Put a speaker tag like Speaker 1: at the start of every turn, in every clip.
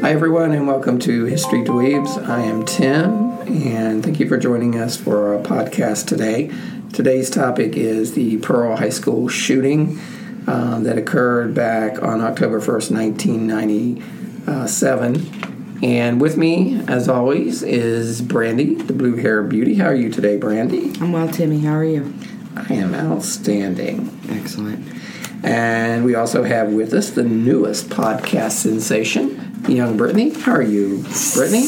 Speaker 1: Hi, everyone, and welcome to History Dweebs. I am Tim, and thank you for joining us for our podcast today. Today's topic is the Pearl High School shooting um, that occurred back on October 1st, 1997. And with me, as always, is Brandy, the blue hair beauty. How are you today, Brandy?
Speaker 2: I'm well, Timmy. How are you?
Speaker 1: I am outstanding.
Speaker 2: Excellent.
Speaker 1: And we also have with us the newest podcast sensation, young Brittany. How are you, Brittany?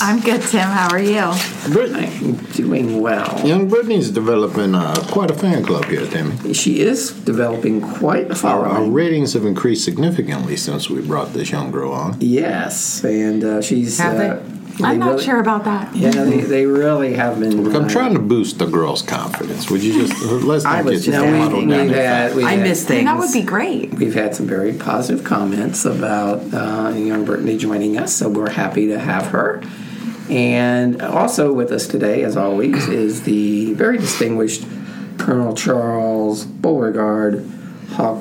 Speaker 3: I'm good, Tim. How are you?
Speaker 4: Brittany.
Speaker 1: I'm doing well.
Speaker 4: Young Brittany's developing uh, quite a fan club here, Timmy.
Speaker 1: She is developing quite a
Speaker 4: Our, our
Speaker 1: following.
Speaker 4: ratings have increased significantly since we brought this young girl on.
Speaker 1: Yes, and uh, she's.
Speaker 2: Have they?
Speaker 1: uh,
Speaker 3: I'm not
Speaker 1: really-
Speaker 3: sure about that.
Speaker 1: Yeah, they, they really have been. uh,
Speaker 4: Look, I'm trying to boost the girl's confidence. Would you just uh, let's
Speaker 1: I
Speaker 4: not get
Speaker 1: was just
Speaker 4: too muddled
Speaker 1: thinking
Speaker 4: down that
Speaker 1: that. We
Speaker 2: I
Speaker 1: had-
Speaker 2: miss things.
Speaker 3: That would be great.
Speaker 1: We've had some very positive comments about uh, young Brittany joining us, so we're happy to have her. And also with us today, as always, is the very distinguished Colonel Charles Beauregard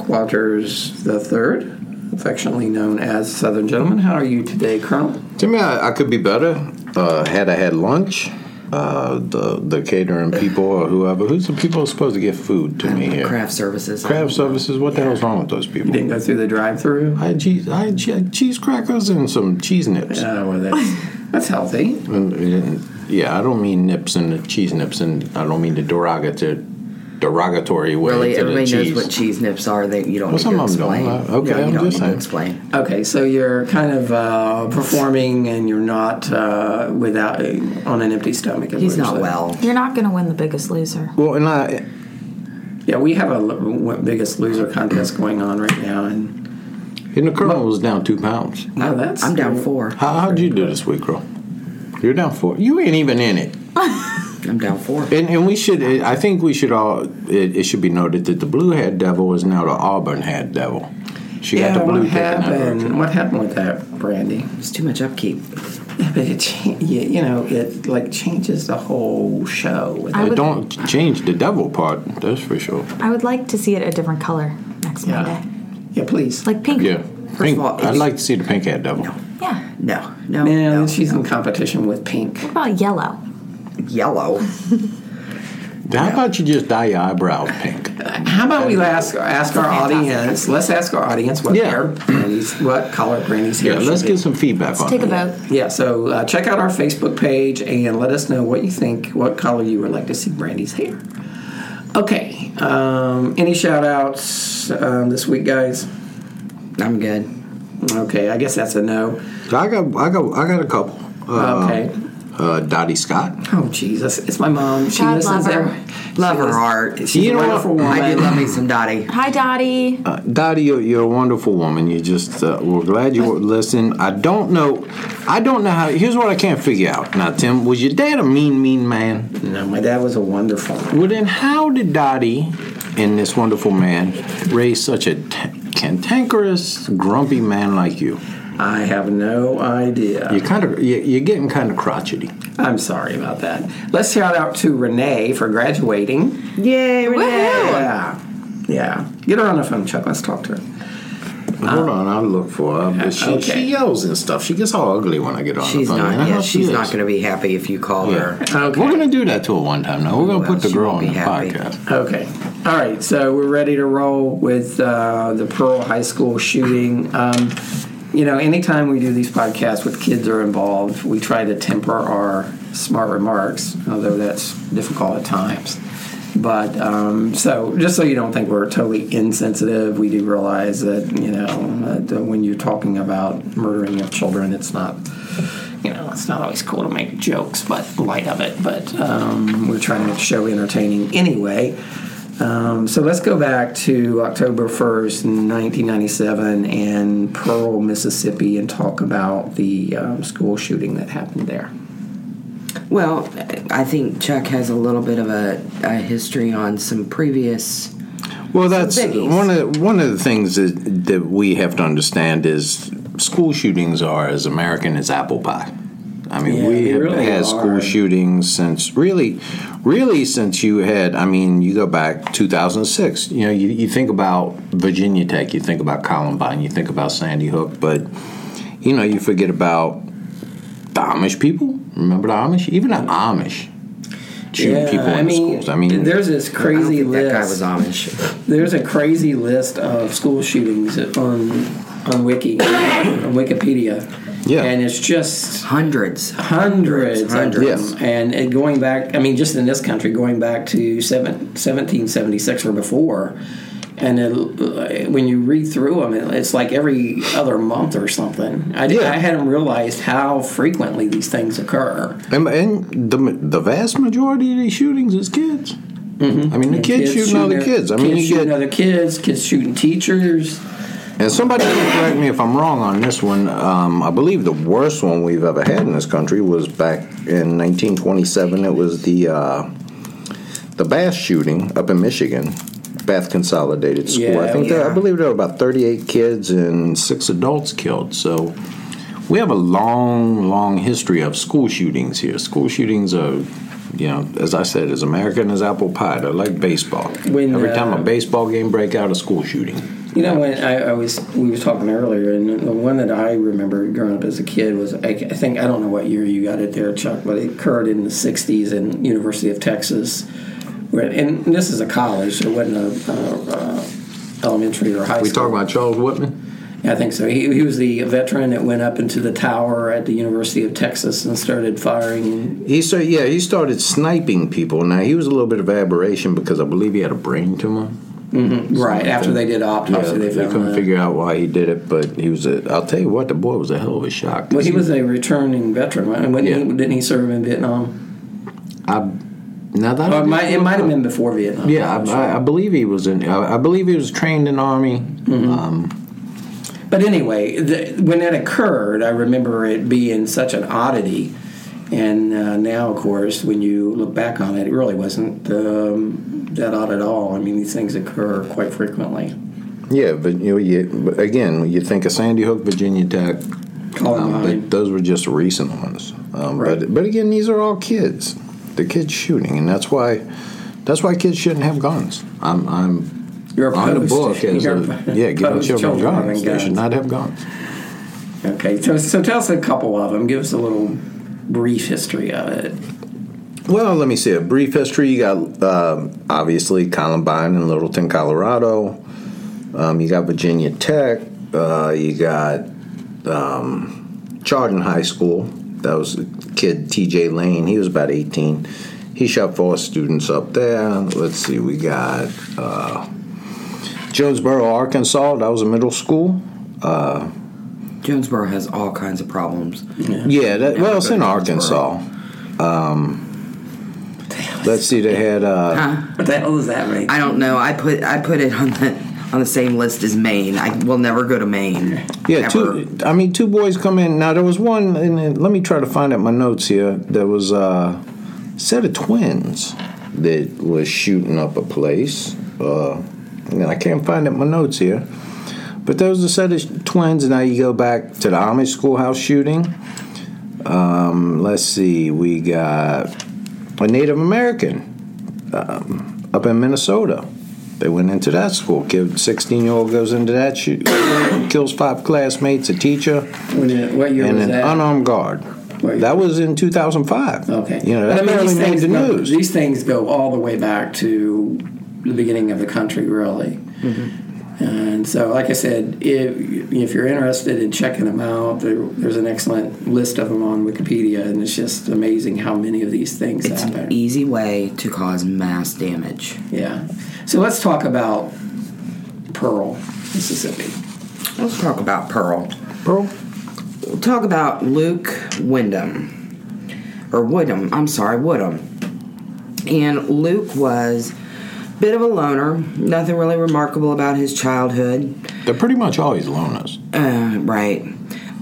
Speaker 1: Hawkwaters III, affectionately known as Southern Gentleman. How are you today, Colonel?
Speaker 4: Timmy, I, I could be better. Uh, had I had lunch, uh, the the catering people or whoever, who's the people who's supposed to get food to me here?
Speaker 2: Craft services.
Speaker 4: Craft services. What the hell's wrong with those people?
Speaker 1: Didn't go through the drive-through.
Speaker 4: I had cheese, I had che- cheese crackers and some cheese nips.
Speaker 1: Oh, well, that's, that's healthy.
Speaker 4: And- and- Yeah, I don't mean nips and cheese nips, and I don't mean the derogatory, derogatory way
Speaker 2: Really,
Speaker 4: to the
Speaker 2: everybody knows
Speaker 4: cheese.
Speaker 2: what cheese nips are. That you don't
Speaker 4: Well,
Speaker 2: need
Speaker 4: some
Speaker 2: to
Speaker 4: of 'em don't.
Speaker 2: explain.
Speaker 4: Uh, okay,
Speaker 2: No, you
Speaker 4: I'm
Speaker 2: don't
Speaker 4: just
Speaker 2: need to
Speaker 4: saying.
Speaker 2: explain.
Speaker 1: Okay, so you're kind of uh, performing and you're not uh, without on an empty stomach. is what
Speaker 2: He's
Speaker 1: you're
Speaker 2: not
Speaker 1: saying.
Speaker 2: well.
Speaker 3: You're not going to win the biggest loser.
Speaker 4: well, and I,
Speaker 1: Yeah, we have a l- w- biggest loser contest going on right now, and
Speaker 4: and the colonel was down two pounds.
Speaker 1: no, that's
Speaker 2: I'm down four.
Speaker 4: How, how'd you do this week, girl? You're down four. You ain't even in it.
Speaker 2: I'm down four.
Speaker 4: And, and we should, I think we should all, it, it should be noted that the blue haired devil is now the auburn haired devil. She
Speaker 1: Yeah,
Speaker 4: got the blue
Speaker 1: what
Speaker 4: taken out of her.
Speaker 1: happened? What happened with that, Brandy?
Speaker 2: It's too much upkeep.
Speaker 1: Yeah, but it, cha- you, you know, it like changes the whole show. With
Speaker 3: I
Speaker 4: It
Speaker 3: would-
Speaker 4: don't change the devil part, that's for sure.
Speaker 3: I would like to see it a different color next
Speaker 1: Yeah.
Speaker 3: Monday.
Speaker 1: yeah, please.
Speaker 3: Like pink.
Speaker 4: Yeah. Pink,
Speaker 2: all,
Speaker 4: I'd
Speaker 2: it's-
Speaker 4: like to see the pink haired devil.
Speaker 3: Yeah.
Speaker 2: No, no,
Speaker 1: Man,
Speaker 2: no.
Speaker 1: she's in competition with Pink.
Speaker 3: What about yellow?
Speaker 2: yellow.
Speaker 4: How about you just dye your eyebrows pink?
Speaker 1: How about we ask ask our audience? Let's ask our audience what
Speaker 4: Yeah.
Speaker 1: hair Brandy's, what color Brandy's hair.
Speaker 4: Yeah, let's
Speaker 1: should be.
Speaker 4: get some feedback on
Speaker 3: Take a
Speaker 4: it.
Speaker 3: vote.
Speaker 1: Yeah, so uh, check out our Facebook page and let us know what you think, what color you would like to see Brandy's hair. Okay, um, any shout outs um, this week, guys?
Speaker 2: I'm good.
Speaker 1: Okay, I guess that's a no.
Speaker 4: I got, I got, I got a couple. Uh,
Speaker 1: Okay.
Speaker 4: Uh, Dottie Scott.
Speaker 1: Oh, Jesus. It's my mom. She
Speaker 3: God
Speaker 1: listens
Speaker 3: love her.
Speaker 1: every-
Speaker 2: Love
Speaker 1: she
Speaker 2: her
Speaker 1: lis-
Speaker 2: heart.
Speaker 1: She's
Speaker 4: You
Speaker 1: a
Speaker 4: know what?
Speaker 1: wonderful woman.
Speaker 2: I do love me some Dottie.
Speaker 3: Hi, Dottie.
Speaker 4: Uh, Dottie, you're, you're a wonderful woman. You just, uh, we're glad you listened. I don't know, I don't know how. Here's what I can't figure out. Now, Tim, was your dad a mean, mean man?
Speaker 1: No, my dad was a wonderful man.
Speaker 4: Well, then, how did Dottie and this wonderful man raise such a t- cantankerous, grumpy man like you?
Speaker 1: I have no idea.
Speaker 4: You're kind of, you're, you're getting kind of crotchety.
Speaker 1: I'm sorry about that. Let's shout out to Renee for graduating.
Speaker 2: Yay, Renee.
Speaker 3: Woohoo!
Speaker 1: Yeah. Yeah. Get her on the phone, Chuck. Let's talk to her.
Speaker 4: Hold on, I'll look for her. But she,
Speaker 1: Okay.
Speaker 4: she yells and stuff. She gets all ugly when I get on
Speaker 2: She's
Speaker 4: the phone.
Speaker 2: not.
Speaker 4: man.
Speaker 2: Yeah,
Speaker 4: How
Speaker 2: she's
Speaker 4: she
Speaker 2: not
Speaker 4: is.
Speaker 2: going to be happy if you call her.
Speaker 1: Okay.
Speaker 4: We're gonna do that to her one time. Now we're gonna
Speaker 2: Well,
Speaker 4: put the
Speaker 2: she
Speaker 4: girl
Speaker 2: won't
Speaker 4: on
Speaker 2: be
Speaker 4: the
Speaker 2: happy.
Speaker 4: podcast.
Speaker 1: Okay. All right. So we're ready to roll with uh, the Pearl High School shooting. Um, you know, anytime we do these podcasts with kids are involved, we try to temper our smart remarks, although that's difficult at times. But um, so, just so you don't think we're totally insensitive, we do realize that you know that when you're talking about murdering of children, it's not you know, it's not always cool to make jokes, but light of it. But um, we're trying to make the show entertaining anyway. Um, so let's go back to October 1st, 1997, and Pearl, Mississippi, and talk about the um, school shooting that happened there.
Speaker 2: Well, I think Chuck has a little bit of a, a history on some previous.
Speaker 4: Well, that's
Speaker 2: biggies.
Speaker 4: one of one of the things that that we have to understand is school shootings are as American as apple pie. I mean,
Speaker 1: Yeah,
Speaker 4: we
Speaker 1: they
Speaker 4: have
Speaker 1: really
Speaker 4: had
Speaker 1: are.
Speaker 4: school shootings since really, really since you had. I mean, you go back 2006. You know, you, you think about Virginia Tech, you think about Columbine, you think about Sandy Hook, but you know, you forget about the Amish people. Remember the Amish? Even the Amish shooting people in the schools. I mean,
Speaker 1: there's this
Speaker 2: I don't
Speaker 1: crazy
Speaker 2: think
Speaker 1: list.
Speaker 2: that guy was Amish.
Speaker 1: There's a crazy list of school shootings on on Wiki, on Wikipedia.
Speaker 4: Yeah.
Speaker 1: And it's just
Speaker 2: Hundreds.
Speaker 1: hundreds, hundreds.
Speaker 4: Yes.
Speaker 1: And it going back, I mean, just in this country, going back to seven, 1776 or before. And it, uh, when you read through them, it, it's like every other month or something. I,
Speaker 4: Yeah.
Speaker 1: I hadn't realized how frequently these things occur.
Speaker 4: And, and the the vast majority of these shootings is kids. I mean, the Mm-hmm. kids, shooting other
Speaker 1: their-
Speaker 4: kids. I mean, you
Speaker 1: shooting
Speaker 4: get
Speaker 1: other kids, kids shooting teachers.
Speaker 4: and somebody can correct me if I'm wrong on this one. Um, I believe the worst one we've ever had in this country was back in 1927. It was the uh, the Bath shooting up in Michigan, Bath Consolidated School. I
Speaker 1: Yeah,
Speaker 4: think there, I
Speaker 2: yeah.
Speaker 4: believe there were about 38 kids and six adults killed. So. We have a long, long history of school shootings here. School shootings are, you know, as I said, as American as apple pie. They're like baseball.
Speaker 1: When,
Speaker 4: Every
Speaker 1: uh,
Speaker 4: time a baseball game break out, a school shooting.
Speaker 1: You know, when I, I was we were talking earlier, and the one that I remember growing up as a kid was I, I think I don't know what year you got it there, Chuck, but it occurred in the '60s in University of Texas, where and this is a college, so it wasn't a, uh uh elementary or high
Speaker 4: We
Speaker 1: school.
Speaker 4: talking about Charles Whitman?
Speaker 1: I think so. He, he was the veteran that went up into the tower at the University of Texas and started firing.
Speaker 4: He started, yeah, he started sniping people. Now he was a little bit of aberration because I believe he had a brain tumor.
Speaker 1: Right after they did
Speaker 4: Yeah,
Speaker 1: autopsy,
Speaker 4: they,
Speaker 1: Oh, they found
Speaker 4: couldn't
Speaker 1: that.
Speaker 4: figure out why he did it, but he was. A, I'll tell you what, the boy was a hell of a shock.
Speaker 1: Well, he was a returning veteran. wasn't he?
Speaker 4: Yeah.
Speaker 1: Didn't he serve in Vietnam?
Speaker 4: I, now that
Speaker 1: Or it
Speaker 4: I
Speaker 1: might, it might have been before Vietnam.
Speaker 4: Yeah, I, I, I believe he was in. I, I believe he was trained in army.
Speaker 1: Mm-hmm.
Speaker 4: Um,
Speaker 1: But anyway, the, when that occurred, I remember it being such an oddity. And uh, now, of course, when you look back on it, it really wasn't um, that odd at all. I mean, these things occur quite frequently.
Speaker 4: yeah, but you know, you, but again, you think of Sandy Hook, Virginia Tech. Um,
Speaker 1: Columbine.
Speaker 4: but those were just recent ones. Um, But
Speaker 1: Oh, Right.
Speaker 4: but again, these are all kids. The kids shooting, and that's why that's why kids shouldn't have guns. I'm I'm
Speaker 1: You're
Speaker 4: on the
Speaker 1: opposed-
Speaker 4: book as
Speaker 1: you're
Speaker 4: a, yeah, give
Speaker 1: opposed
Speaker 4: children,
Speaker 1: children
Speaker 4: guns.
Speaker 1: having
Speaker 4: They
Speaker 1: guns.
Speaker 4: should not have guns.
Speaker 1: Okay, so, so tell us a couple of them. Give us a little brief history of it.
Speaker 4: Well, let me see. A brief history. You got um, obviously Columbine in Littleton, Colorado. Um, you got Virginia Tech. Uh, you got um, Chardon High School. That was a kid T.J. Lane. He was about eighteen. He shot four students up there. Let's see. We got uh, Jonesboro, Arkansas. That was a middle school.
Speaker 2: Jonesboro has all kinds of problems.
Speaker 4: Yeah, that, well, it's in
Speaker 2: Jonesboro.
Speaker 4: Arkansas. Um, let's see. They had. Uh,
Speaker 1: What the hell is that, right?
Speaker 2: I don't know. I put I put it on the on the same list as Maine. I will never go to Maine.
Speaker 4: Yeah,
Speaker 2: ever.
Speaker 4: two. I mean, two boys come in. Now there was one, and then- let me try to find out my notes here. There was a set of twins that was shooting up a place. Uh, and I can't find out my notes here, but there was a set of twins. And now you go back to the Amish schoolhouse shooting. Um, let's see, we got a Native American um, up in Minnesota. They went into that school. Kid, sixteen year old goes into that shoot kills five classmates, a teacher,
Speaker 1: When it- what year
Speaker 4: and
Speaker 1: was
Speaker 4: an
Speaker 1: that?
Speaker 4: unarmed guard.
Speaker 1: Right.
Speaker 4: That was in 2005.
Speaker 1: Okay.
Speaker 4: You know,
Speaker 1: But
Speaker 4: that barely
Speaker 1: these
Speaker 4: made
Speaker 1: things
Speaker 4: the
Speaker 1: go-
Speaker 4: news.
Speaker 1: These things go all the way back to the beginning of the country, really.
Speaker 4: Mm-hmm.
Speaker 1: And so, like I said, if, if you're interested in checking them out, there, there's an excellent list of them on Wikipedia, and it's just amazing how many of these things
Speaker 2: It's
Speaker 1: happen.
Speaker 2: an easy way to cause mass damage.
Speaker 1: Yeah. So let's talk about Pearl, Mississippi.
Speaker 2: Let's talk about Pearl.
Speaker 4: Pearl?
Speaker 2: We'll talk about Luke Wyndham. Or Woodham, I'm sorry, Woodham. And Luke was a bit of a loner, nothing really remarkable about his childhood.
Speaker 4: They're pretty much always loners.
Speaker 2: Uh, right.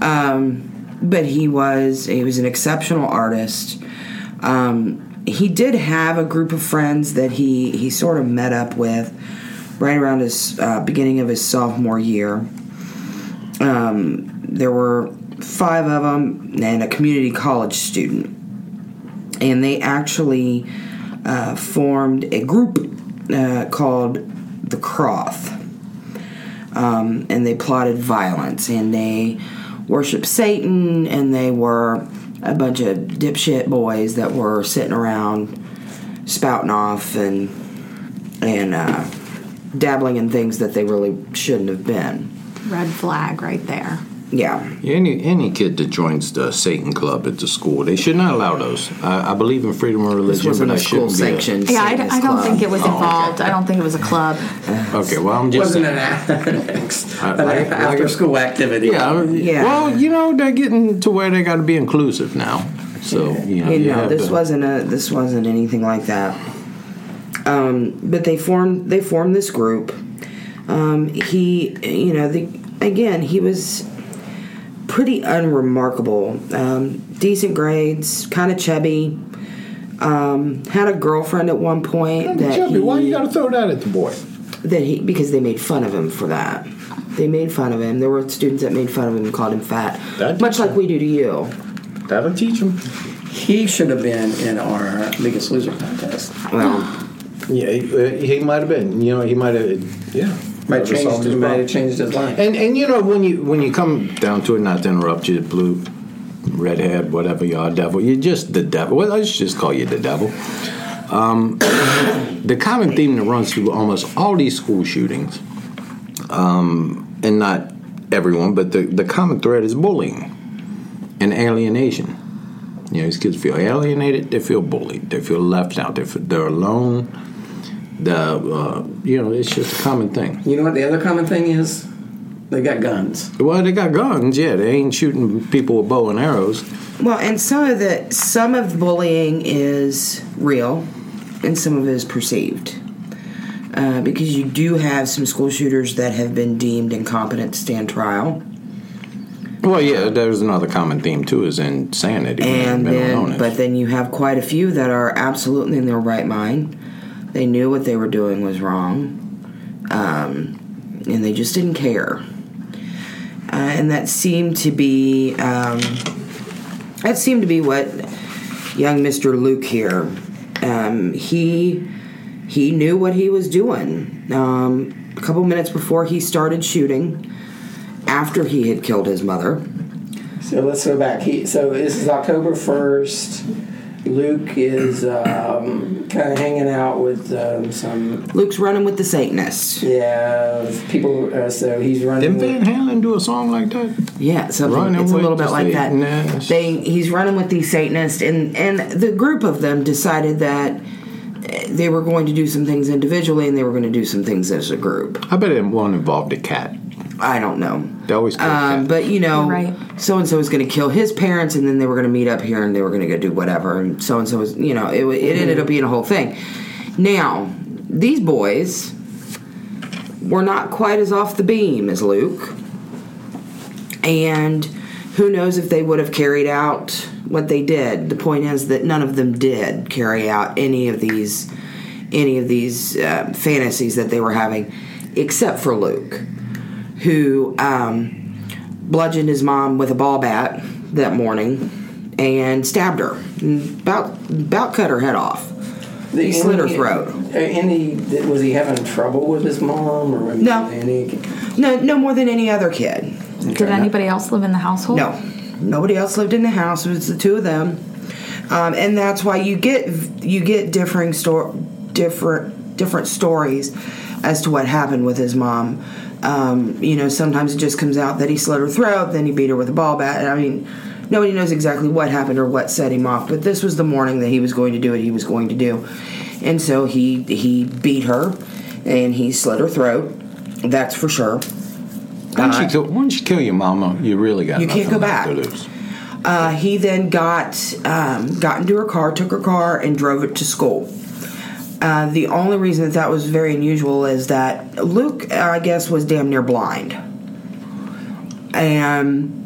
Speaker 2: Um, but he was he was an exceptional artist. Um, he did have a group of friends that he he sort of met up with right around his uh, beginning of his sophomore year. Um, there were five of them and a community college student, and they actually uh, formed a group uh, called the Croth um, and they plotted violence and they worshiped Satan and they were a bunch of dipshit boys that were sitting around spouting off and and uh, dabbling in things that they really shouldn't have been.
Speaker 3: Red flag right there.
Speaker 2: Yeah,
Speaker 4: Any any kid that joins the Satan Club at the school, they should not allow those. I, I believe in freedom of
Speaker 2: this
Speaker 4: religion,
Speaker 2: wasn't
Speaker 4: but I
Speaker 2: a school
Speaker 4: shouldn't be. a-
Speaker 2: sanctioned.
Speaker 3: Yeah, I, d-
Speaker 2: Satanist
Speaker 3: I don't
Speaker 2: club.
Speaker 3: think it was
Speaker 2: Oh, okay.
Speaker 3: involved. I don't think it was a club.
Speaker 4: Okay, well, I'm just.
Speaker 1: wasn't an, act-
Speaker 4: I-
Speaker 1: an
Speaker 4: I- like-
Speaker 1: after school activity.
Speaker 4: yeah, I-
Speaker 2: Yeah.
Speaker 4: Well, you know, they're getting to where they got to be inclusive now. So, you know.
Speaker 2: You know,
Speaker 4: have
Speaker 2: this
Speaker 4: to-
Speaker 2: wasn't a this wasn't anything like that. Um, but they formed they formed this group. Um, he, you know, the again he was pretty unremarkable. Um, decent grades, kind of chubby. Um, had a girlfriend at one point that he,
Speaker 4: gotta throw that at the boy?
Speaker 2: that he because they made fun of him for that. They made fun of him. There were students that made fun of him and called him fat,
Speaker 4: That-
Speaker 2: much like we do to you.
Speaker 4: That'll teach him.
Speaker 1: He should have been in our Biggest Loser contest.
Speaker 2: Well,
Speaker 4: Yeah, he, he might have been. You know, he might have. Yeah,
Speaker 1: Might have changed his, might have changed his life.
Speaker 4: And and you know when you when you come down to it, not to interrupt you, blue, redhead, whatever you are, devil, you're just the devil. Well, let's just call you the devil. Um, the common theme that runs through almost all these school shootings, um, and not everyone, but the the common thread is bullying and alienation. You know, these kids feel alienated. They feel bullied. They feel left out. They feel, they're alone. The uh, you know, it's just a common thing.
Speaker 1: You know what the other common thing is? They got guns.
Speaker 4: Well, they got guns, yeah. They ain't shooting people with bow and arrows.
Speaker 2: Well, and some of the some of the bullying is real, and some of it is perceived, uh, because you do have some school shooters that have been deemed incompetent to stand trial,
Speaker 4: Well, yeah, there's another common theme too is insanity.
Speaker 2: and
Speaker 4: mental
Speaker 2: then
Speaker 4: illness.
Speaker 2: but then you have quite a few that are absolutely in their right mind. They knew what they were doing was wrong, um, and they just didn't care. Uh, and that seemed to be um, that seemed to be what young Mr. Luke here. Um, he he knew what he was doing. Um, a couple minutes before he started shooting, after he had killed his mother,
Speaker 1: So let's go back. He, so this is October 1st. Luke is um, kind of hanging out with um, some
Speaker 2: Luke's running with the Satanists.
Speaker 1: yeah people. Uh, so he's running.
Speaker 4: Didn't Van
Speaker 1: with-
Speaker 4: Halen do a song like that?
Speaker 2: Yeah, something.
Speaker 4: Running
Speaker 2: it's a
Speaker 4: with
Speaker 2: little bit
Speaker 4: the
Speaker 2: like that.
Speaker 4: Satanists.
Speaker 2: They he's running with these Satanists, and and the group of them decided that eh, they were going to do some things individually, and they were going to do some things as a group.
Speaker 4: I bet it one involved a cat.
Speaker 2: I don't know.
Speaker 4: They always kill
Speaker 2: Um,
Speaker 4: cats.
Speaker 2: but you
Speaker 3: You're
Speaker 2: know,
Speaker 3: right.
Speaker 2: so and so was going to kill his parents, and then they were going to meet up here, and they were going to go do whatever, and so and so was, you know, it, wa-
Speaker 4: Mm-hmm.
Speaker 2: it ended up being a whole thing. Now, these boys were not quite as off the beam as Luke, and who knows if they would have carried out what they did. The point is that none of them did carry out any of these any of these uh, fantasies that they were having, except for Luke who um, bludgeoned his mom with a ball bat that morning and stabbed her. and About about cut her head off.
Speaker 1: the-
Speaker 2: he slit her
Speaker 1: any-
Speaker 2: throat.
Speaker 1: uh, Any was he having trouble with his mom or
Speaker 2: No.
Speaker 1: any?
Speaker 2: No, no more than any other kid.
Speaker 3: Did anybody else live in the household?
Speaker 2: No, nobody else lived in the house. It was the two of them, um, and that's why you get you get differing sto- different different stories as to what happened with his mom. Um, you know, sometimes it just comes out that he slit her throat, then he beat her with a ball bat. I mean, nobody knows exactly what happened or what set him off. But this was the morning that he was going to do what he was going to do, and so he he beat her, and he slit her throat. That's for sure.
Speaker 4: Once you kill, once you kill your mama, you really got
Speaker 2: Uh, You
Speaker 4: nothing
Speaker 2: can't go
Speaker 4: left
Speaker 2: back.
Speaker 4: to lose.
Speaker 2: Uh, he then got um, got into her car, took her car, and drove it to school. Uh, the only reason that that was very unusual is that Luke, uh, I guess, was damn near blind and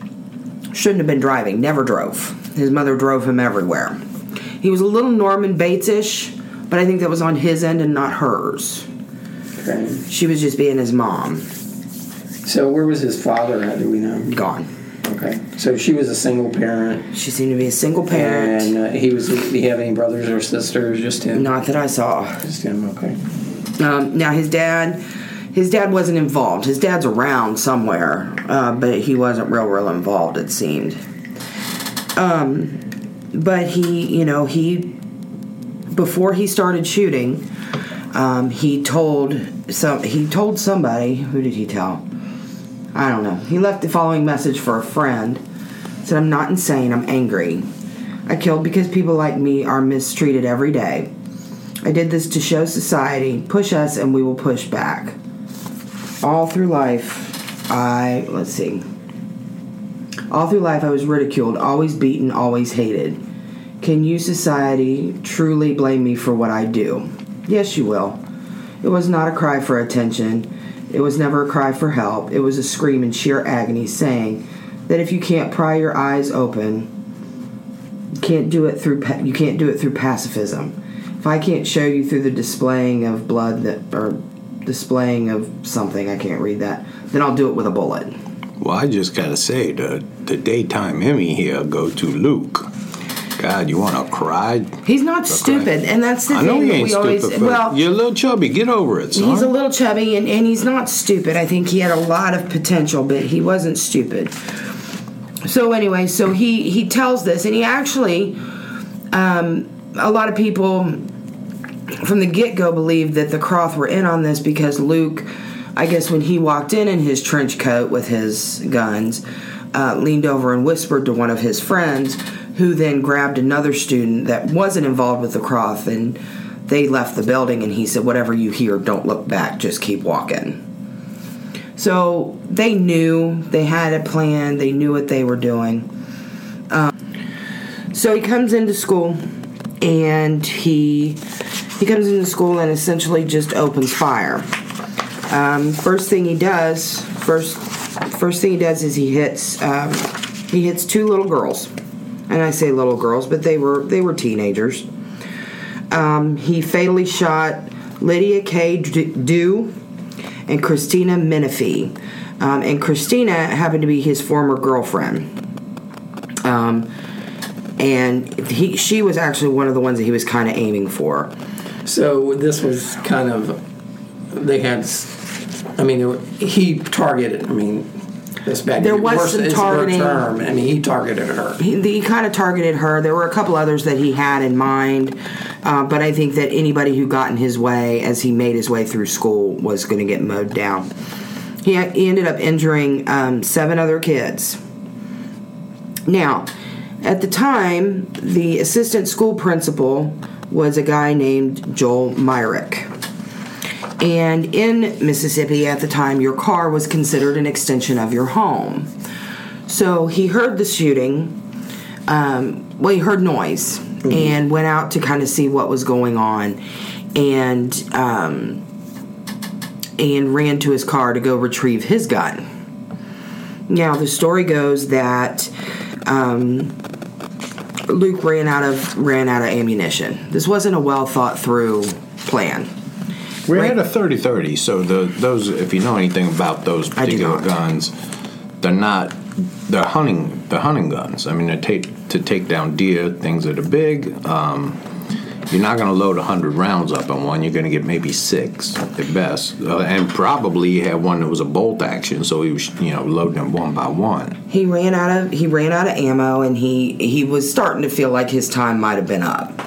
Speaker 2: shouldn't have been driving. Never drove. His mother drove him everywhere. He was a little Norman Bates-ish, but I think that was on his end and not hers.
Speaker 1: Okay.
Speaker 2: She was just being his mom.
Speaker 1: So where was his father? How do we know?
Speaker 2: Gone.
Speaker 1: Okay. So she was a single parent,
Speaker 2: She seemed to be a single parent.
Speaker 1: and uh, he was. Did he have any brothers or sisters? Just him.
Speaker 2: Not that I saw.
Speaker 1: Just him. Okay.
Speaker 2: Um, now his dad, his dad wasn't involved. His dad's around somewhere, uh, but he wasn't real, real involved. It seemed. Um, but he, you know, he before he started shooting, um, he told some. He told somebody. Who did he tell? I don't know. He left the following message for a friend. Said, "I'm not insane. I'm angry. I killed because people like me are mistreated every day." I did this to show society, push us, and we will push back. All through life, I, let's see. All through life, I was ridiculed, always beaten, always hated. Can you, society, truly blame me for what I do? Yes, you will. It was not a cry for attention. It was never a cry for help. It was a scream in sheer agony saying that if you can't pry your eyes open, can't do it through pa- you can't do it through pacifism. If I can't show you through the displaying of blood that or displaying of something, I can't read that. Then I'll do it with a bullet.
Speaker 4: Well, I just gotta say, the the daytime Emmy here go to Luke. God, you want to cry?
Speaker 2: He's not stupid, and that's the
Speaker 4: I
Speaker 2: thing
Speaker 4: know you
Speaker 2: that
Speaker 4: ain't
Speaker 2: we always
Speaker 4: stupid. but
Speaker 2: well.
Speaker 4: you're a little chubby. Get over it, son.
Speaker 2: He's a little chubby and, and he's not stupid. I think he had a lot of potential, but he wasn't stupid. So anyway, so he he tells this and he actually um, a lot of people from the get go believed that the Croth were in on this because Luke, I guess when he walked in in his trench coat with his guns, uh, leaned over and whispered to one of his friends, who then grabbed another student that wasn't involved with the Croth, and they left the building. And he said, "Whatever you hear, don't look back. Just keep walking." So they knew they had a plan. They knew what they were doing. So he comes into school and he he comes into school and essentially just opens fire. Um, first thing he does, first first thing he does is he hits um, he hits two little girls, and I say little girls, but they were they were teenagers. Um, he fatally shot Lydia K. D- Dew and Christina Menifee, um, and Christina happened to be his former girlfriend. Um, and he she was actually one of the ones that he was kind of aiming for.
Speaker 1: So this was kind of they had. s- I mean, there were- he targeted. I mean, this bad.
Speaker 2: There was
Speaker 1: worse-
Speaker 2: some
Speaker 1: it's a worse
Speaker 2: targeting.
Speaker 1: Term. I mean, he targeted her.
Speaker 2: He, he kind of targeted her. There were a couple others that he had in mind, uh, but I think that anybody who got in his way as he made his way through school was going to get mowed down. He, he ended up injuring um, seven other kids. Now, at the time, the assistant school principal was a guy named Joel Myrick. And in Mississippi at the time, your car was considered an extension of your home. So he heard the shooting. Um, well, he heard noise and went out to kind of see what was going on, and um, and ran to his car to go retrieve his gun. Now the story goes that um, Luke ran out of ran out of ammunition. This wasn't a well thought through plan.
Speaker 4: We had a 30-30, so the those if you know anything about those
Speaker 2: I do
Speaker 4: particular
Speaker 2: not.
Speaker 4: guns, they're not they're hunting they're hunting guns. I mean, they take to take down deer, things that are big. Um, You're not going to load 100 rounds up on one. You're going to get maybe six at best. Uh, and probably you had one that was a bolt action, so he was, you know, loading them one by one.
Speaker 2: He ran out of he ran out of ammo and he he was starting to feel like his time might have been up.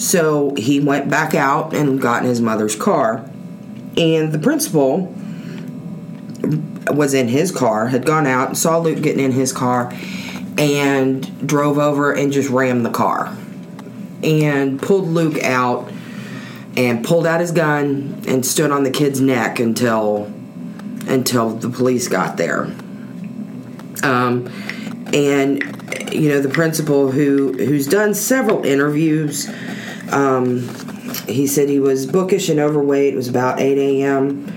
Speaker 2: So he went back out and got in his mother's car. And the principal was in his car, had gone out, saw Luke getting in his car, and drove over and just rammed the car. And pulled Luke out and pulled out his gun and stood on the kid's neck until until the police got there um, and you know the principal who who's done several interviews um, he said he was bookish and overweight it was about 8 a.m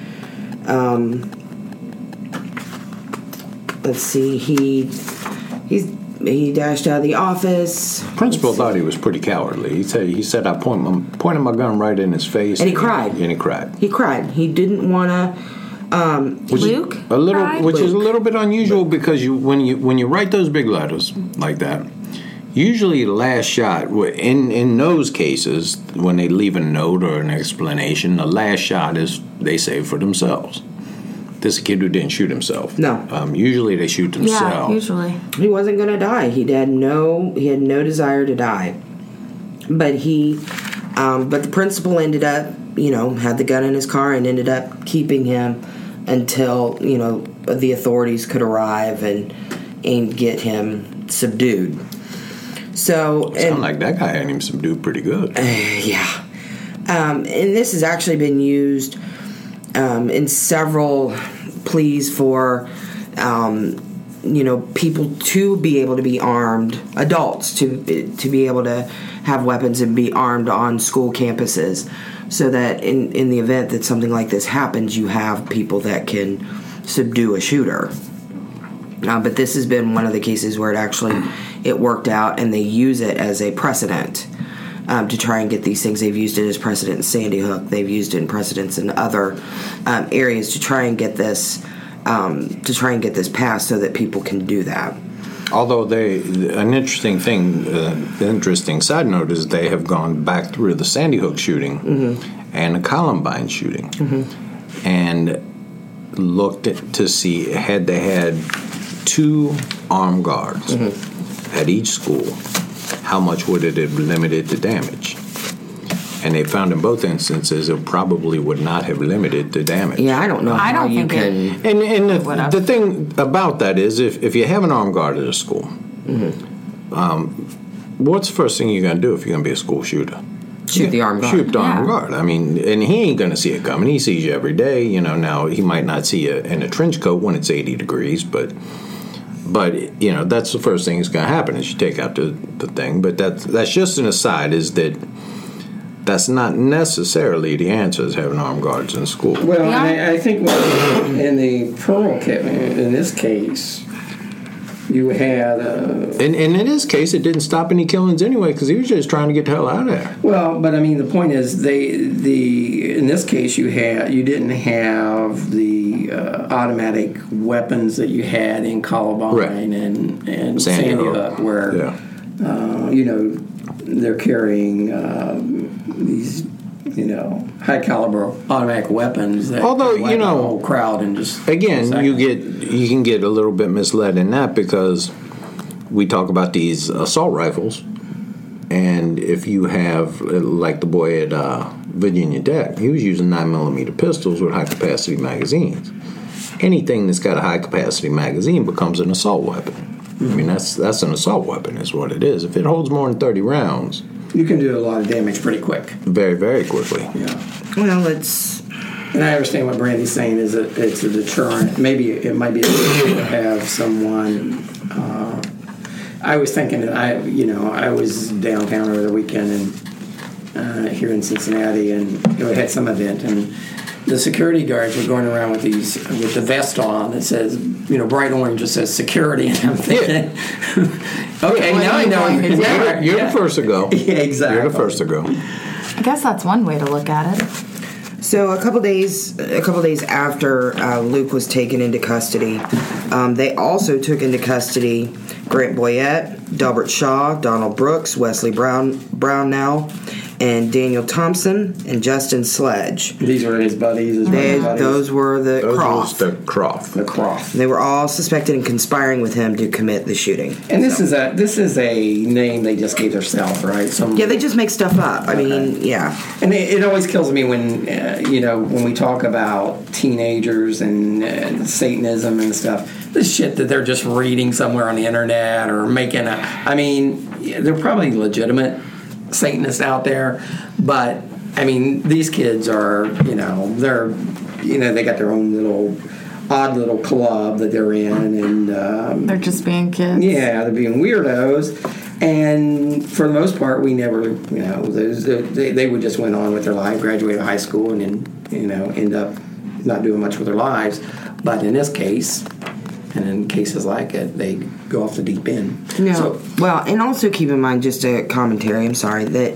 Speaker 2: um, let's see he he's he dashed out of the office
Speaker 4: Principal thought he was pretty cowardly. He said, "He said I point my, pointed my gun right in his face,
Speaker 2: And he cried.
Speaker 4: And he cried,
Speaker 2: he cried he didn't want to um,
Speaker 4: which
Speaker 5: Luke
Speaker 4: is a little,
Speaker 5: cried?
Speaker 4: which is a little bit unusual because you when you when you write those big letters like that, usually the last shot w- in in those cases when they leave a note or an explanation, the last shot is they save for themselves. This kid who didn't shoot himself.
Speaker 2: No.
Speaker 4: um, usually they shoot themselves.
Speaker 5: Yeah, usually.
Speaker 2: he wasn't going to die. He had no he had no desire to die. But he, um, but the principal ended up, you know, had the gun in his car and ended up keeping him until you know the authorities could arrive and and get him subdued. So and-
Speaker 4: Sound like that guy had him subdued pretty good.
Speaker 2: yeah. Um, and this has actually been used um, in several pleas for, um, you know, people to be able to be armed, adults to to be able to have weapons and be armed on school campuses, so that in in the event that something like this happens, you have people that can subdue a shooter. Uh, but this has been one of the cases where it actually it worked out, and they use it as a precedent um, to try and get these things. They've used it as precedent in Sandy Hook. They've used it in precedents in other um, areas to try and get this um, to try and get this passed so that people can do that.
Speaker 4: Although they, an interesting thing, uh, the interesting side note is they have gone back through the Sandy Hook shooting and the Columbine shooting, and looked at, to see had they had two armed guards at each school, how much would it have limited the damage? And they found in both instances it probably would not have limited the damage.
Speaker 2: Yeah, I don't know.
Speaker 5: I
Speaker 2: how
Speaker 5: don't
Speaker 2: you
Speaker 5: think
Speaker 2: can.
Speaker 5: it-
Speaker 4: And, and
Speaker 5: What
Speaker 4: the,
Speaker 5: up?
Speaker 4: the thing about that is, if, if you have an armed guard at a school,
Speaker 2: Mm-hmm.
Speaker 4: um, what's the first thing you're going to do if you're going to be a school shooter?
Speaker 2: Shoot the armed guard.
Speaker 4: Shoot the armed
Speaker 5: Yeah.
Speaker 4: guard. I mean, and he ain't going to see it coming. He sees you every day. You know, now he might not see you in a trench coat when it's 80 degrees, but. But you know that's the first thing that's going to happen is you take out the, the thing. But that's that's just an aside is that that's not necessarily the answer is having armed guards in school.
Speaker 6: Well, and I, I think what, in the Pearl case, in this case, you had uh,
Speaker 4: And, and in his case, it didn't stop any killings anyway because he was just trying to get the hell out of there.
Speaker 6: well, but I mean the point is they the in this case you had you didn't have the uh, automatic weapons that you had in Columbine
Speaker 4: Right.
Speaker 6: and and
Speaker 4: Sandy
Speaker 6: Sandy,
Speaker 4: Hook.
Speaker 6: Hook where
Speaker 4: Yeah.
Speaker 6: uh, you know they're carrying um, these you know high caliber automatic weapons that
Speaker 4: Although,
Speaker 6: can
Speaker 4: you
Speaker 6: wipe
Speaker 4: know,
Speaker 6: out a whole crowd and just
Speaker 4: Again, you get you can get a little bit misled in that because we talk about these assault rifles, and if you have uh, like the boy at uh, Virginia Tech, he was using nine millimeter pistols with high capacity magazines. Anything that's got a high capacity magazine becomes an assault weapon. I mean, that's that's an assault weapon, is what it is. If it holds more than thirty rounds,
Speaker 6: you can do a lot of damage pretty quick
Speaker 4: very very quickly.
Speaker 6: yeah.
Speaker 2: Well, it's
Speaker 6: And I understand what Brandy's saying is that it's a deterrent. Maybe it might be a deterrent to have someone. Uh, I was thinking that I, you know, I was downtown over the weekend and uh, here in Cincinnati, and we had some event, and the security guards were going around with these with the vest on that says, you know, bright orange that says security, and I'm thinking, okay, now I know
Speaker 5: You're-
Speaker 4: You're, you're the first to go.
Speaker 6: Yeah, exactly.
Speaker 4: You're the first to go.
Speaker 5: I guess that's one way to look at it.
Speaker 2: so a couple days a couple days after uh, Luke was taken into custody, um, they also took into custody Grant Boyette, Delbert Shaw, Donald Brooks, Wesley Brown Brownell, and Daniel Thompson and Justin Sledge.
Speaker 6: These were his buddies. His
Speaker 2: They,
Speaker 6: buddies.
Speaker 2: those were the
Speaker 7: Those
Speaker 2: Croft.
Speaker 7: was the Croft.
Speaker 6: the Croft.
Speaker 2: they were all suspected in conspiring with him to commit the shooting.
Speaker 6: And this is a this is a name they just gave themselves, right? Some,
Speaker 2: Yeah, they just make stuff up. I mean, yeah.
Speaker 6: And it, it always kills me when uh, you know when we talk about teenagers and uh, Satanism and stuff. The shit that they're just reading somewhere on the internet or making a. I mean, yeah, they're probably legitimate Satanists out there, but I mean, these kids are you know they're you know they got their own little odd little club that they're in and. Um,
Speaker 1: They're just being kids.
Speaker 6: yeah, they're being weirdos. And for the most part, we never, you know, those they, they would just went on with their life, graduated high school, and then you know end up not doing much with their lives. But in this case, and in cases like it, they go off the deep end.
Speaker 2: No.
Speaker 6: So
Speaker 2: well, and also keep in mind, just a commentary, I'm sorry, that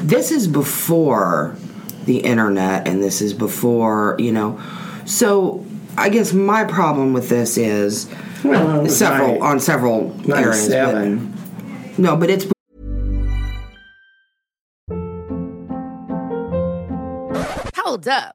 Speaker 2: this is before the internet and this is before, you know. So I guess my problem with this is
Speaker 6: well, it was
Speaker 2: several,
Speaker 6: nine-
Speaker 2: on several areas. but-
Speaker 6: ninety-seven.
Speaker 2: No, but it's
Speaker 8: Hold up.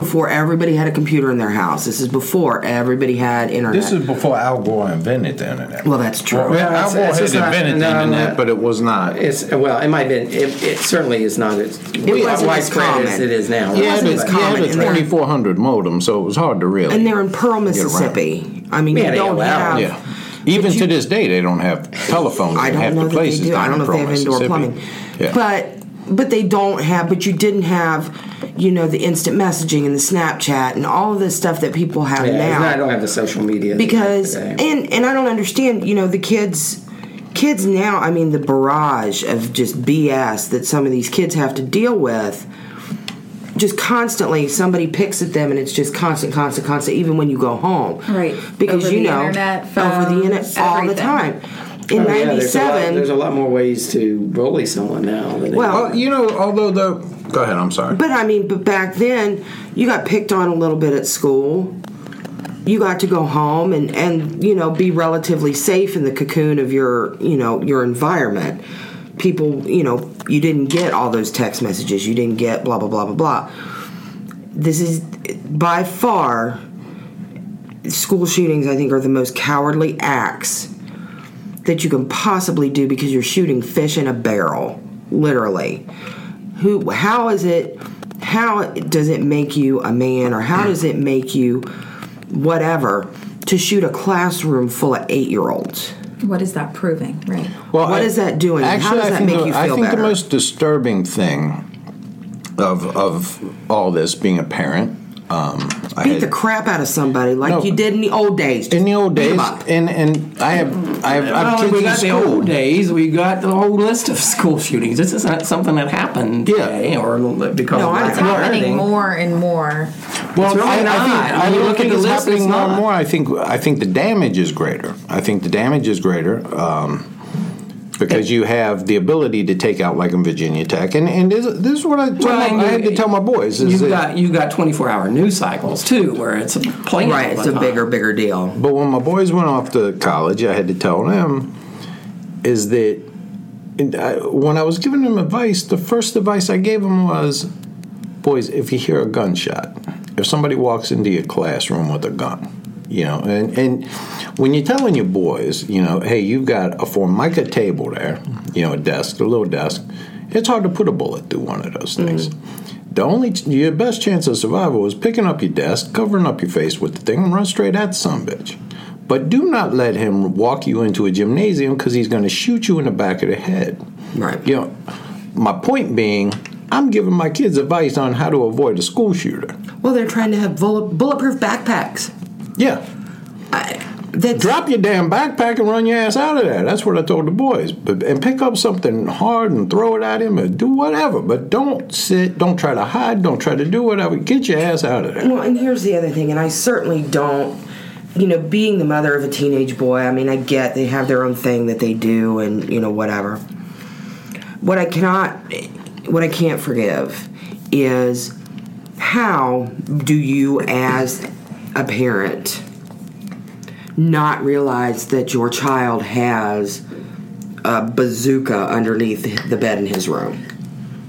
Speaker 2: before everybody had a computer in their house. This is before everybody had internet.
Speaker 4: This is before Al Gore invented the internet.
Speaker 2: well, that's true.
Speaker 4: Well, Al
Speaker 6: Well, it's-
Speaker 4: Gore
Speaker 6: it's
Speaker 4: had
Speaker 6: just not-
Speaker 4: invented
Speaker 6: no,
Speaker 4: the
Speaker 6: no.
Speaker 4: internet, but it was not.
Speaker 6: It's well, it might have been. It, it certainly is not as
Speaker 2: wasn't as
Speaker 6: widespread as
Speaker 2: common.
Speaker 6: it is now.
Speaker 2: It
Speaker 6: right?
Speaker 2: wasn't as
Speaker 6: But-
Speaker 2: common.
Speaker 4: He had a
Speaker 2: and they're-
Speaker 4: 2400 modem, so it was hard to really.
Speaker 2: and they're in Pearl,
Speaker 4: around.
Speaker 2: Mississippi. I mean,
Speaker 6: We
Speaker 2: you
Speaker 6: had
Speaker 2: don't
Speaker 6: AOL.
Speaker 2: have.
Speaker 4: yeah. Even to this day, they don't have telephones.
Speaker 2: I
Speaker 4: in
Speaker 2: don't
Speaker 4: half
Speaker 2: know
Speaker 4: the
Speaker 2: that they
Speaker 4: places
Speaker 2: do.
Speaker 4: down
Speaker 2: I don't know if
Speaker 4: in
Speaker 2: they have
Speaker 4: Pearl,
Speaker 2: indoor plumbing,
Speaker 4: Mississippi. Yeah.
Speaker 2: but but they don't have. But you didn't have, you know, the instant messaging and the Snapchat and all of this stuff that people have
Speaker 6: Yeah,
Speaker 2: now.
Speaker 6: I don't have the social media
Speaker 2: because
Speaker 6: today.
Speaker 2: and and I don't understand. You know, the kids, kids now. I mean, the barrage of just BS that some of these kids have to deal with. Just constantly, somebody picks at them, and it's just constant, constant, constant. Even when you go home,
Speaker 5: Right.
Speaker 2: Because
Speaker 5: Over
Speaker 2: you
Speaker 5: the
Speaker 2: know,
Speaker 5: internet,
Speaker 2: over the internet,
Speaker 5: phones,
Speaker 2: all the
Speaker 5: everything.
Speaker 2: time. In
Speaker 6: Oh, yeah, there's a lot-
Speaker 2: '97,
Speaker 6: there's a lot more ways to bully someone now. Than
Speaker 2: Well,
Speaker 4: Well, you know, although the. Go ahead, I'm sorry.
Speaker 2: But I mean, but back then, you got picked on a little bit at school. You got to go home and and you know be relatively safe in the cocoon of your you know your environment. People, you know, you didn't get all those text messages. You didn't get blah blah blah blah blah. This is by far school shootings. I think are the most cowardly acts that you can possibly do because you're shooting fish in a barrel, literally who how is it how does it make you a man or how does it make you whatever to shoot a classroom full of eight year olds
Speaker 5: What is that proving? Right.
Speaker 4: Well,
Speaker 2: What
Speaker 4: I-
Speaker 2: is that doing? How
Speaker 4: Actually,
Speaker 2: does
Speaker 4: I
Speaker 2: that
Speaker 4: think
Speaker 2: make
Speaker 4: the,
Speaker 2: you
Speaker 4: I
Speaker 2: feel
Speaker 4: think
Speaker 2: better?
Speaker 4: the most disturbing thing of of all this being a parent. Um, I
Speaker 2: beat
Speaker 4: had-
Speaker 2: the crap out of somebody like
Speaker 4: No.
Speaker 2: you did in the old days
Speaker 4: in the old
Speaker 2: Beat 'em
Speaker 4: days,
Speaker 2: up.
Speaker 4: and and I have I have, I have
Speaker 6: Not only
Speaker 4: kids
Speaker 6: we
Speaker 4: in
Speaker 6: got the
Speaker 4: school.
Speaker 6: old days, we got the whole list of school shootings. This is not something that happened
Speaker 4: Yeah.
Speaker 6: today or because
Speaker 2: No,
Speaker 6: of
Speaker 2: I-
Speaker 6: lack
Speaker 2: it's
Speaker 1: It's
Speaker 6: of
Speaker 1: happening
Speaker 6: parenting.
Speaker 1: more and more.
Speaker 4: Well,
Speaker 6: It's really
Speaker 4: I, I
Speaker 6: not.
Speaker 4: think, I
Speaker 6: When you
Speaker 4: don't
Speaker 6: look at
Speaker 4: think
Speaker 6: the
Speaker 4: it's
Speaker 6: list,
Speaker 4: happening
Speaker 6: it's
Speaker 4: more and
Speaker 6: not.
Speaker 4: more. I think I think the damage is greater. I think the damage is greater um, because you have the ability to take out like in Virginia Tech, and and this, this is what I told
Speaker 6: Well,
Speaker 4: my, I had
Speaker 6: you-
Speaker 4: to tell my boys is
Speaker 6: You've
Speaker 4: that-
Speaker 6: got you got 24 hour news cycles too, where it's playing
Speaker 2: right it's a bigger bigger deal
Speaker 4: But when my boys went off to college, I had to tell them is that and I, when I was giving them advice, the first advice I gave them was, boys, if you hear a gunshot, if somebody walks into your classroom with a gun, you know, and, and when you're telling your boys, you know, hey, you've got a Formica table there, you know, a desk, a little desk, it's hard to put a bullet through one of those things. The only your best chance of survival is picking up your desk, covering up your face with the thing, and run straight at some bitch. But do not let him walk you into a gymnasium because he's going to shoot you in the back of the head.
Speaker 2: Right.
Speaker 4: You know, my point being, I'm giving my kids advice on how to avoid a school shooter.
Speaker 2: Well, they're trying to have bullet, bulletproof backpacks.
Speaker 4: Yeah,
Speaker 2: I, that's
Speaker 4: drop your damn backpack and run your ass out of there. That's what I told the boys. But and pick up something hard and throw it at him or do whatever. But don't sit. Don't try to hide. Don't try to do whatever. Get your ass out of there.
Speaker 2: Well, and here's the other thing, and I certainly don't. You know, being the mother of a teenage boy, I mean, I get they have their own thing that they do, and you know, whatever. What I cannot, what I can't forgive, is how do you, as a parent, not realize that your child has a bazooka underneath the bed in his room?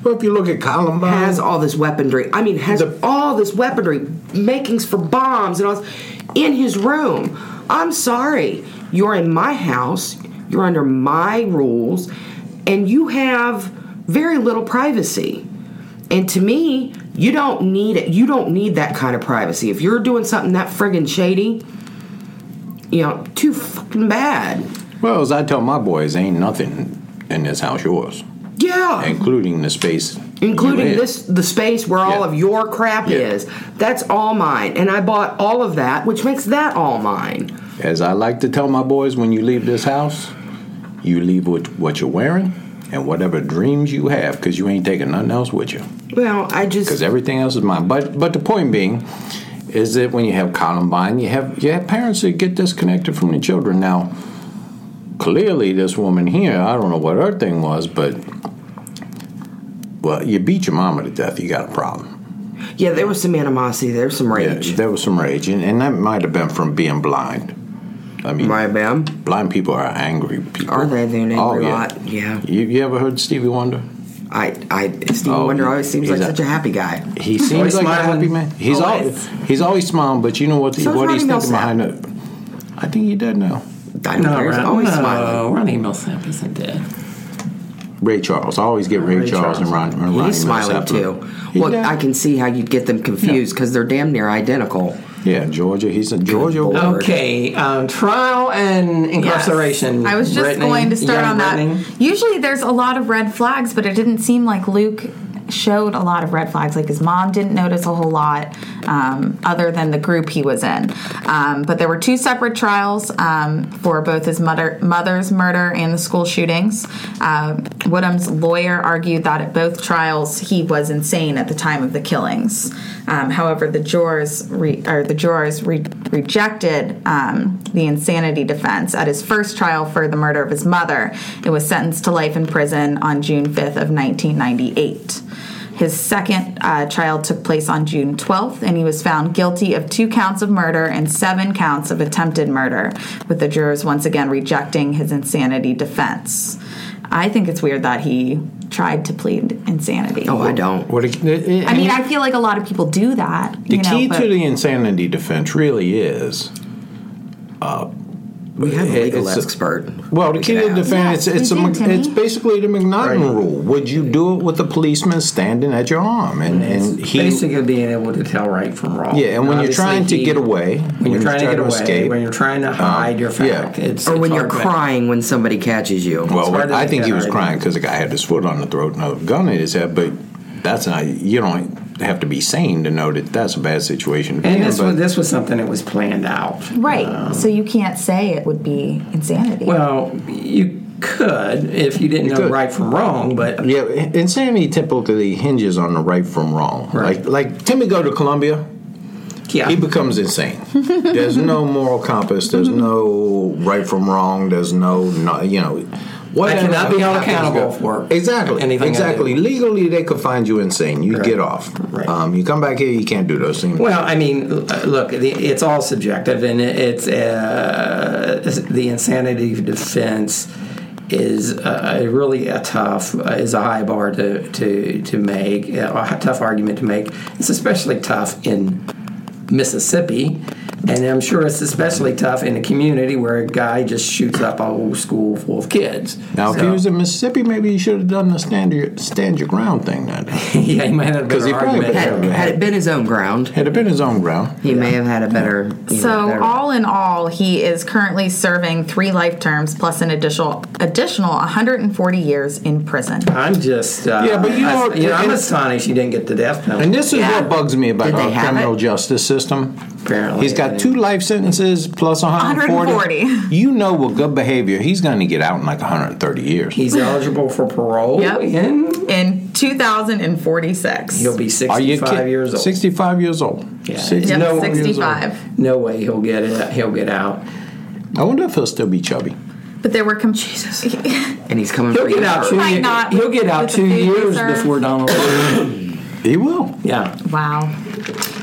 Speaker 4: But if you look at Columbine,
Speaker 2: has all this weaponry. I mean, has
Speaker 4: The-
Speaker 2: all this weaponry, makings for bombs and all this, in his room. I'm sorry, you're in my house, you're under my rules, and you have very little privacy. And to me, you don't need it. You don't need that kind of privacy. If you're doing something that friggin' shady, you know, too fucking bad.
Speaker 4: well, as I tell my boys, ain't nothing in this house yours,
Speaker 2: Yeah.
Speaker 4: including the space,
Speaker 2: including
Speaker 4: you in.
Speaker 2: this the space where all
Speaker 4: Yeah.
Speaker 2: of your crap
Speaker 4: Yeah.
Speaker 2: is that's all mine and i bought all of that which makes that all mine
Speaker 4: As I like to tell my boys, when you leave this house, you leave with what you're wearing and whatever dreams you have, because you ain't taking nothing else with you.
Speaker 2: well i
Speaker 4: because
Speaker 2: just
Speaker 4: everything else is mine. But but the point being is that when you have Columbine, you have you have parents that get disconnected from their children. Now, clearly, this woman here, I don't know what her thing was, but well, you beat your mama to death, you got a problem.
Speaker 2: yeah there was some animosity there was some rage
Speaker 4: Yeah, there was some rage, and, and that might have been from being blind. I mean,
Speaker 2: right ma'am
Speaker 4: blind people are angry people.
Speaker 2: are they they're an angry
Speaker 4: Oh, yeah.
Speaker 2: lot yeah
Speaker 4: You, you ever heard Stevie Wonder?
Speaker 2: i i steve
Speaker 4: Oh,
Speaker 2: wonder always seems
Speaker 4: he's
Speaker 2: like
Speaker 4: a-
Speaker 2: such a happy guy
Speaker 4: He seems
Speaker 6: Always
Speaker 4: like a
Speaker 6: smiling.
Speaker 4: happy man. He's always.
Speaker 5: Always.
Speaker 4: he's always smiling, but you know what?
Speaker 2: Oh, So is
Speaker 4: what he's
Speaker 2: Ronnie
Speaker 4: thinking
Speaker 2: Millsap.
Speaker 4: behind it? I think he dead now.
Speaker 2: i know he's
Speaker 6: Ron-
Speaker 2: always
Speaker 6: no,
Speaker 2: smiling
Speaker 6: Ronnie Millsap isn't dead.
Speaker 4: Ray Charles. I always get Ray,
Speaker 6: Ray
Speaker 4: Charles, and
Speaker 6: Charles.
Speaker 4: Ron. And Ronnie
Speaker 2: he's smiling
Speaker 4: Millsap.
Speaker 2: too
Speaker 4: He
Speaker 2: well
Speaker 4: dead.
Speaker 2: i can see how you'd get them confused because they're damn near identical
Speaker 4: Yeah, Georgia. He's in Georgia.
Speaker 2: Lord.
Speaker 6: Okay, um, trial and
Speaker 5: Yes.
Speaker 6: incarceration.
Speaker 5: I was just
Speaker 6: Brittany,
Speaker 5: going to start
Speaker 6: young
Speaker 5: on that.
Speaker 6: Brittany.
Speaker 5: Usually there's a lot of red flags, but it didn't seem like Luke showed a lot of red flags. Like his mom didn't notice a whole lot um, other than the group he was in. Um, but there were two separate trials um, for both his mother, mother's murder and the school shootings. Uh, Woodham's lawyer argued that at both trials he was insane at the time of the killings. Um, however, the jurors re- or the jurors re- rejected um, the insanity defense at his first trial for the murder of his mother. It was sentenced to life in prison on June 5th of 1998. His second uh, trial took place on June 12th, and he was found guilty of two counts of murder and seven counts of attempted murder, with the jurors once again rejecting his insanity defense. I think it's weird that he tried to plead insanity.
Speaker 2: oh i don't
Speaker 4: What it- it- it-
Speaker 5: I mean, I feel like a lot of people do that.
Speaker 4: the
Speaker 5: you know,
Speaker 4: key
Speaker 5: but-
Speaker 4: to the insanity defense really is. uh,
Speaker 2: we have a
Speaker 4: It-
Speaker 2: legal
Speaker 4: it's a-
Speaker 2: expert
Speaker 4: Well, the
Speaker 2: We
Speaker 4: key
Speaker 2: could
Speaker 4: to
Speaker 2: ask.
Speaker 4: defense it's,
Speaker 5: Yes,
Speaker 4: it's,
Speaker 5: we
Speaker 4: a,
Speaker 5: do,
Speaker 4: Mc-
Speaker 5: Timmy.
Speaker 4: it's basically the McNaughton rule. Would you do it with a policeman standing at your arm? And, and he
Speaker 6: Basically, being able to tell right from wrong.
Speaker 4: Yeah, and when you're
Speaker 6: Obviously,
Speaker 4: trying to
Speaker 6: he-
Speaker 4: get away,
Speaker 6: when you're trying to get away,
Speaker 4: escape, um,
Speaker 6: when you're trying to hide your
Speaker 4: yeah.
Speaker 6: fact, it's,
Speaker 2: or
Speaker 6: it's
Speaker 2: when you're
Speaker 6: hard to-
Speaker 2: crying when somebody catches you
Speaker 4: Well,
Speaker 6: hard to
Speaker 4: Oh, I
Speaker 6: make
Speaker 4: think
Speaker 6: that
Speaker 4: he was
Speaker 6: argument.
Speaker 4: crying because the guy had his foot on the throat and a gun in his head. But that's not you don't have to be sane to know that that's a bad situation. To be
Speaker 6: And
Speaker 4: in,
Speaker 6: this
Speaker 4: but
Speaker 6: was this was something that was planned out.
Speaker 5: Right. so you can't say it would be insanity.
Speaker 6: Well, you could if you didn't know
Speaker 4: could.
Speaker 6: right from wrong, but
Speaker 4: yeah, insanity typically hinges on the right from wrong.
Speaker 6: Right.
Speaker 4: Like like Timmy go to Columbia,
Speaker 6: yeah,
Speaker 4: he becomes insane. there's no moral compass. There's no right from wrong. There's no, no you know. What
Speaker 6: I cannot be held accountable for
Speaker 4: exactly
Speaker 6: anything I
Speaker 4: exactly
Speaker 6: do.
Speaker 4: legally they could find you insane you get off
Speaker 6: Right.
Speaker 4: um, you come back here you can't do those things
Speaker 6: Well, I mean, l- uh, look, the- it's all subjective, and it- it's uh, the insanity defense is uh, a really a tough uh, is a high bar to to to make a tough argument to make. It's especially tough in Mississippi And I'm sure it's especially tough in a community where a guy just shoots up a whole school full of kids.
Speaker 4: Now, if he was in Mississippi, maybe he should have done the stand your, stand your ground thing then.
Speaker 6: yeah, he might have a
Speaker 4: 'Cause he
Speaker 6: better
Speaker 4: probably
Speaker 6: argument.
Speaker 4: better-
Speaker 2: Had, had it been his own ground,
Speaker 4: Had it been his own ground.
Speaker 2: he may have had a better. you know,
Speaker 5: So
Speaker 2: better-
Speaker 5: all in all, he is currently serving three life terms plus an additional additional 140 years in prison.
Speaker 6: I'm just. Uh,
Speaker 4: Yeah, but you
Speaker 6: I-
Speaker 4: know-
Speaker 6: I'm
Speaker 4: and-
Speaker 6: astonished he didn't get the death penalty.
Speaker 4: And this is
Speaker 5: Yeah.
Speaker 4: what bugs me about
Speaker 2: Did they
Speaker 4: our
Speaker 2: have
Speaker 4: criminal
Speaker 2: it?
Speaker 4: justice system.
Speaker 6: Apparently,
Speaker 4: He's got
Speaker 6: they-
Speaker 4: two life sentences plus 140.
Speaker 5: 140.
Speaker 4: You know with good behavior, he's going to get out in like 130 years.
Speaker 6: He's eligible for parole.
Speaker 5: Yep.
Speaker 6: and
Speaker 5: In 2046.
Speaker 6: he'll be
Speaker 4: Are you
Speaker 6: 65
Speaker 4: kid-
Speaker 6: years old.
Speaker 4: 65 years old.
Speaker 6: Yeah.
Speaker 4: Six-
Speaker 5: Yep,
Speaker 6: no, he's
Speaker 5: 65.
Speaker 6: No way he'll get it. He'll get out.
Speaker 4: I wonder if he'll still be chubby.
Speaker 5: But there were com- Jesus.
Speaker 2: and he's coming
Speaker 6: He'll
Speaker 2: for you.
Speaker 6: get out. Two,
Speaker 5: Might
Speaker 6: ye-
Speaker 5: not
Speaker 6: he'll get out
Speaker 5: with the
Speaker 6: two
Speaker 5: food we
Speaker 6: years
Speaker 5: serve.
Speaker 6: before Donald. Trump.
Speaker 4: He will.
Speaker 6: yeah.
Speaker 5: Wow.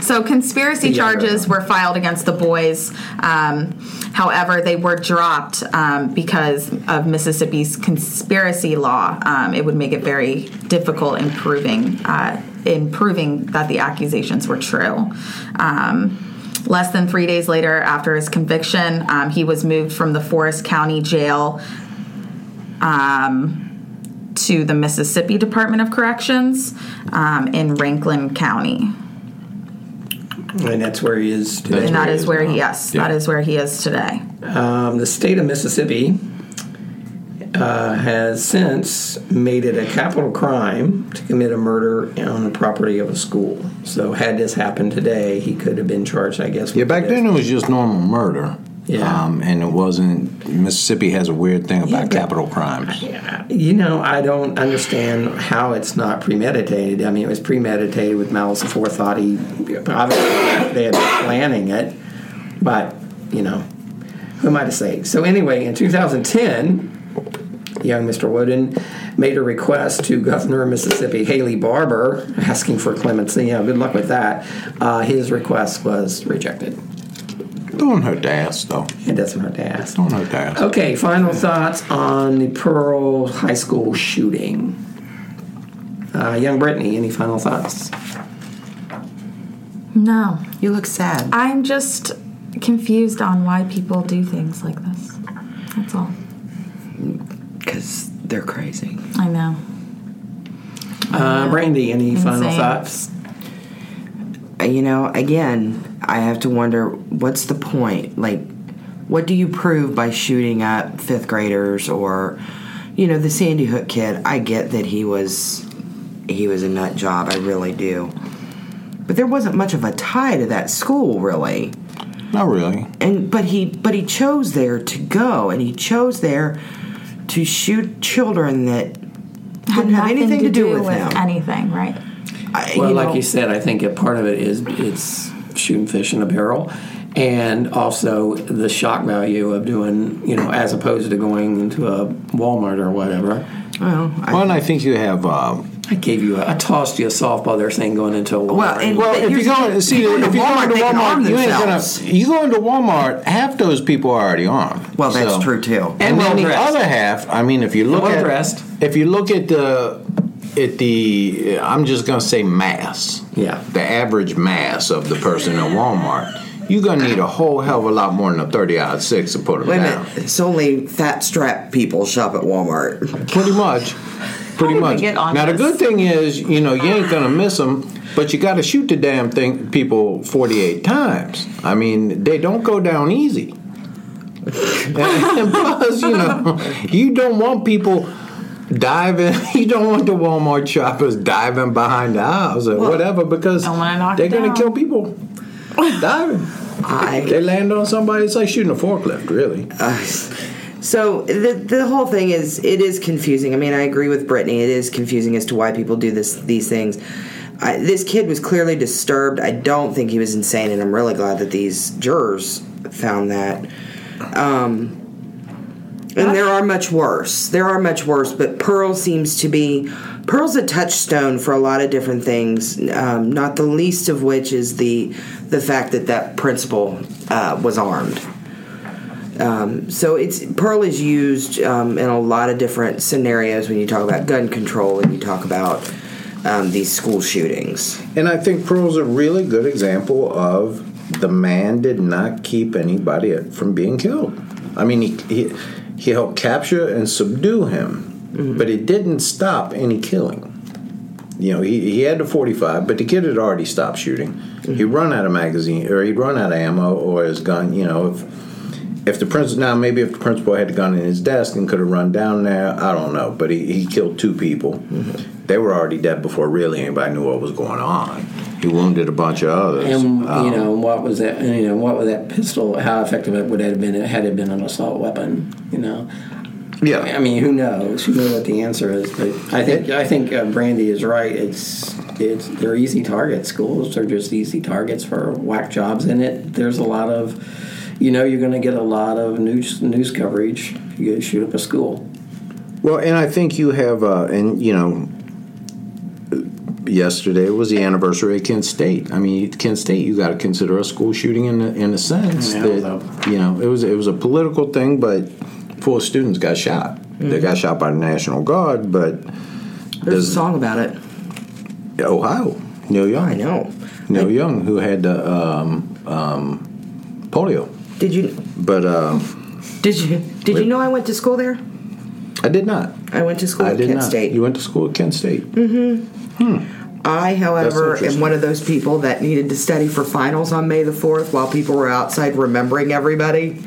Speaker 5: So conspiracy
Speaker 6: Yeah,
Speaker 5: charges were filed against the boys. Um, however, they were dropped um, because of Mississippi's conspiracy law. Um, it would make it very difficult in proving, uh, in proving that the accusations were true. Um, Less than three days later, after his conviction, um, he was moved from the Forest County Jail um, to the Mississippi Department of Corrections um, in Rankin County.
Speaker 6: And that's where he is today.
Speaker 5: and that is where he,
Speaker 4: now.
Speaker 5: yes,
Speaker 4: Yeah.
Speaker 5: that is where he is today.
Speaker 6: Um, the state of Mississippi uh, has since made it a capital crime to commit a murder on the property of a school. So, had this happened today, he could have been charged, I guess.
Speaker 4: Yeah,
Speaker 6: with
Speaker 4: back
Speaker 6: this.
Speaker 4: then it was just normal murder.
Speaker 6: Yeah.
Speaker 4: Um, and it wasn't. Mississippi has a weird thing about
Speaker 6: but-
Speaker 4: capital crimes.
Speaker 6: You know, I don't understand how it's not premeditated. I mean, it was premeditated with malice aforethought. He obviously they had been planning it, but you know, who am I to say? So anyway, in 2010, young Mr. Wooden made a request to Governor of Mississippi Haley Barber asking for clemency. You know, good luck with that. Uh, his request was rejected.
Speaker 4: Don't hurt to ask, though.
Speaker 6: It doesn't hurt to ask.
Speaker 4: Don't hurt to ask.
Speaker 6: Okay, final thoughts on the Pearl High School shooting. Uh, young Brittany, any final thoughts?
Speaker 5: No,
Speaker 2: You look sad.
Speaker 5: I'm just confused on why people do things like this. That's all.
Speaker 2: because they're crazy.
Speaker 5: I know.
Speaker 6: Uh, Brandy, any final
Speaker 5: Insane.
Speaker 6: thoughts?
Speaker 2: You know, again, I have to wonder what's the point? Like, what do you prove by shooting up fifth graders or, you know, the Sandy Hook kid? I get that he was he was a nut job. I really do. But there wasn't much of a tie to that school, really.
Speaker 4: Not really.
Speaker 2: and but he but he chose there to go and he chose there to shoot children that didn't have
Speaker 5: Nothing
Speaker 2: anything to do, with him
Speaker 5: anything, right?
Speaker 2: I-
Speaker 6: Well,
Speaker 2: you
Speaker 6: like
Speaker 2: know,
Speaker 6: you said, I think a part of it is it's shooting fish in a barrel, and also the shock value of doing, you know, as opposed to going into a Walmart or whatever.
Speaker 2: well, I-
Speaker 4: Well, and I think you have. Uh,
Speaker 6: I gave you, a, I tossed you a softball there saying going into a Walmart.
Speaker 2: Well, and-
Speaker 4: well,
Speaker 2: But
Speaker 4: if
Speaker 2: you're
Speaker 4: you go
Speaker 2: saying
Speaker 4: see,
Speaker 2: people
Speaker 4: if
Speaker 2: in
Speaker 4: you go
Speaker 2: Walmart,
Speaker 4: into
Speaker 2: they can arm
Speaker 4: Walmart, you ain't gonna.
Speaker 2: themselves.
Speaker 4: You go into Walmart, half those people are already armed.
Speaker 2: well that's
Speaker 4: So-
Speaker 2: true too
Speaker 4: And
Speaker 6: well
Speaker 4: then the
Speaker 6: dressed.
Speaker 4: other half, I mean, if you look
Speaker 6: well
Speaker 4: at
Speaker 6: dressed.
Speaker 4: if you look at the at the, I'm just gonna say mass.
Speaker 6: Yeah.
Speaker 4: The average mass of the person in Walmart, you're gonna need a whole hell of a lot more than a thirty odd six to put them
Speaker 2: Wait a
Speaker 4: down.
Speaker 2: minute. It's only fat strap people shop at Walmart.
Speaker 4: Pretty much. Pretty
Speaker 5: we
Speaker 4: much.
Speaker 5: get on
Speaker 4: now the
Speaker 5: this?
Speaker 4: good thing is, you know, you ain't gonna miss them, but you got to shoot the damn thing people forty eight times. I mean, they don't go down easy. and plus, you know, you don't want people diving. You don't want the Walmart shoppers diving behind the aisles or whatever because
Speaker 5: don't wanna knock
Speaker 4: they're
Speaker 5: it
Speaker 4: gonna
Speaker 5: down.
Speaker 4: kill people diving. they land on somebody. It's like shooting a forklift, really.
Speaker 2: So the the whole thing is it is confusing. I mean, I agree with Brittany. It is confusing as to why people do this these things. I, this kid was clearly disturbed. I don't think he was insane, and I'm really glad that these jurors found that. Um, and there are much worse. There are much worse, but Pearl seems to be Pearl's a touchstone for a lot of different things. Um, not the least of which is the the fact that that principal uh, was armed. So it's Pearl is used um, in a lot of different scenarios when you talk about gun control and you talk about um, these school shootings.
Speaker 4: And I think Pearl's a really good example of the man did not keep anybody from being killed. I mean, he he, he helped capture and subdue him, but it didn't stop any killing. You know, he, he had the 45, but the kid had already stopped shooting. He'd run out of magazine, or he'd run out of ammo, or his gun. You know, if if the principal now maybe if the principal had the gun in his desk and could have run down there, I don't know. But he, he killed two people. They were already dead before really anybody knew what was going on. He wounded a bunch of others.
Speaker 1: And
Speaker 4: Um,
Speaker 1: you know what was that? You know what was that pistol? How effective it would have been had it been an assault weapon? You know,
Speaker 4: yeah.
Speaker 1: I mean, who knows? Who knows what the answer is? But I think I think uh, Brandy is right. It's it's they're easy targets. Schools are just easy targets for whack jobs in it. There's a lot of, you know, you're going to get a lot of news news coverage. If you shoot up a school.
Speaker 4: Well, and I think you have, uh, and you know, yesterday was the anniversary of Kent State. I mean, Kent State, you got to consider a school shooting in a, in a sense
Speaker 1: Yeah,
Speaker 4: that
Speaker 1: though.
Speaker 4: you know it was it was a political thing, but four students got shot.
Speaker 2: Mm-hmm.
Speaker 4: They got shot by the National Guard, but
Speaker 2: There's a
Speaker 4: Does-
Speaker 2: song about it.
Speaker 4: Ohio, Neil Young,
Speaker 2: I know.
Speaker 4: Neil Young, who had the um, um, polio,
Speaker 2: Did you
Speaker 4: but uh,
Speaker 2: did you did you
Speaker 4: Wait.
Speaker 2: know I went to school there?
Speaker 4: I did not.
Speaker 2: I went to school
Speaker 4: I
Speaker 2: at
Speaker 4: did
Speaker 2: Kent
Speaker 4: not.
Speaker 2: State.
Speaker 4: You went to school at Kent State.
Speaker 2: I, however, am
Speaker 4: interesting.
Speaker 2: one of those people that needed to study for finals on May the 4th while people were outside remembering everybody.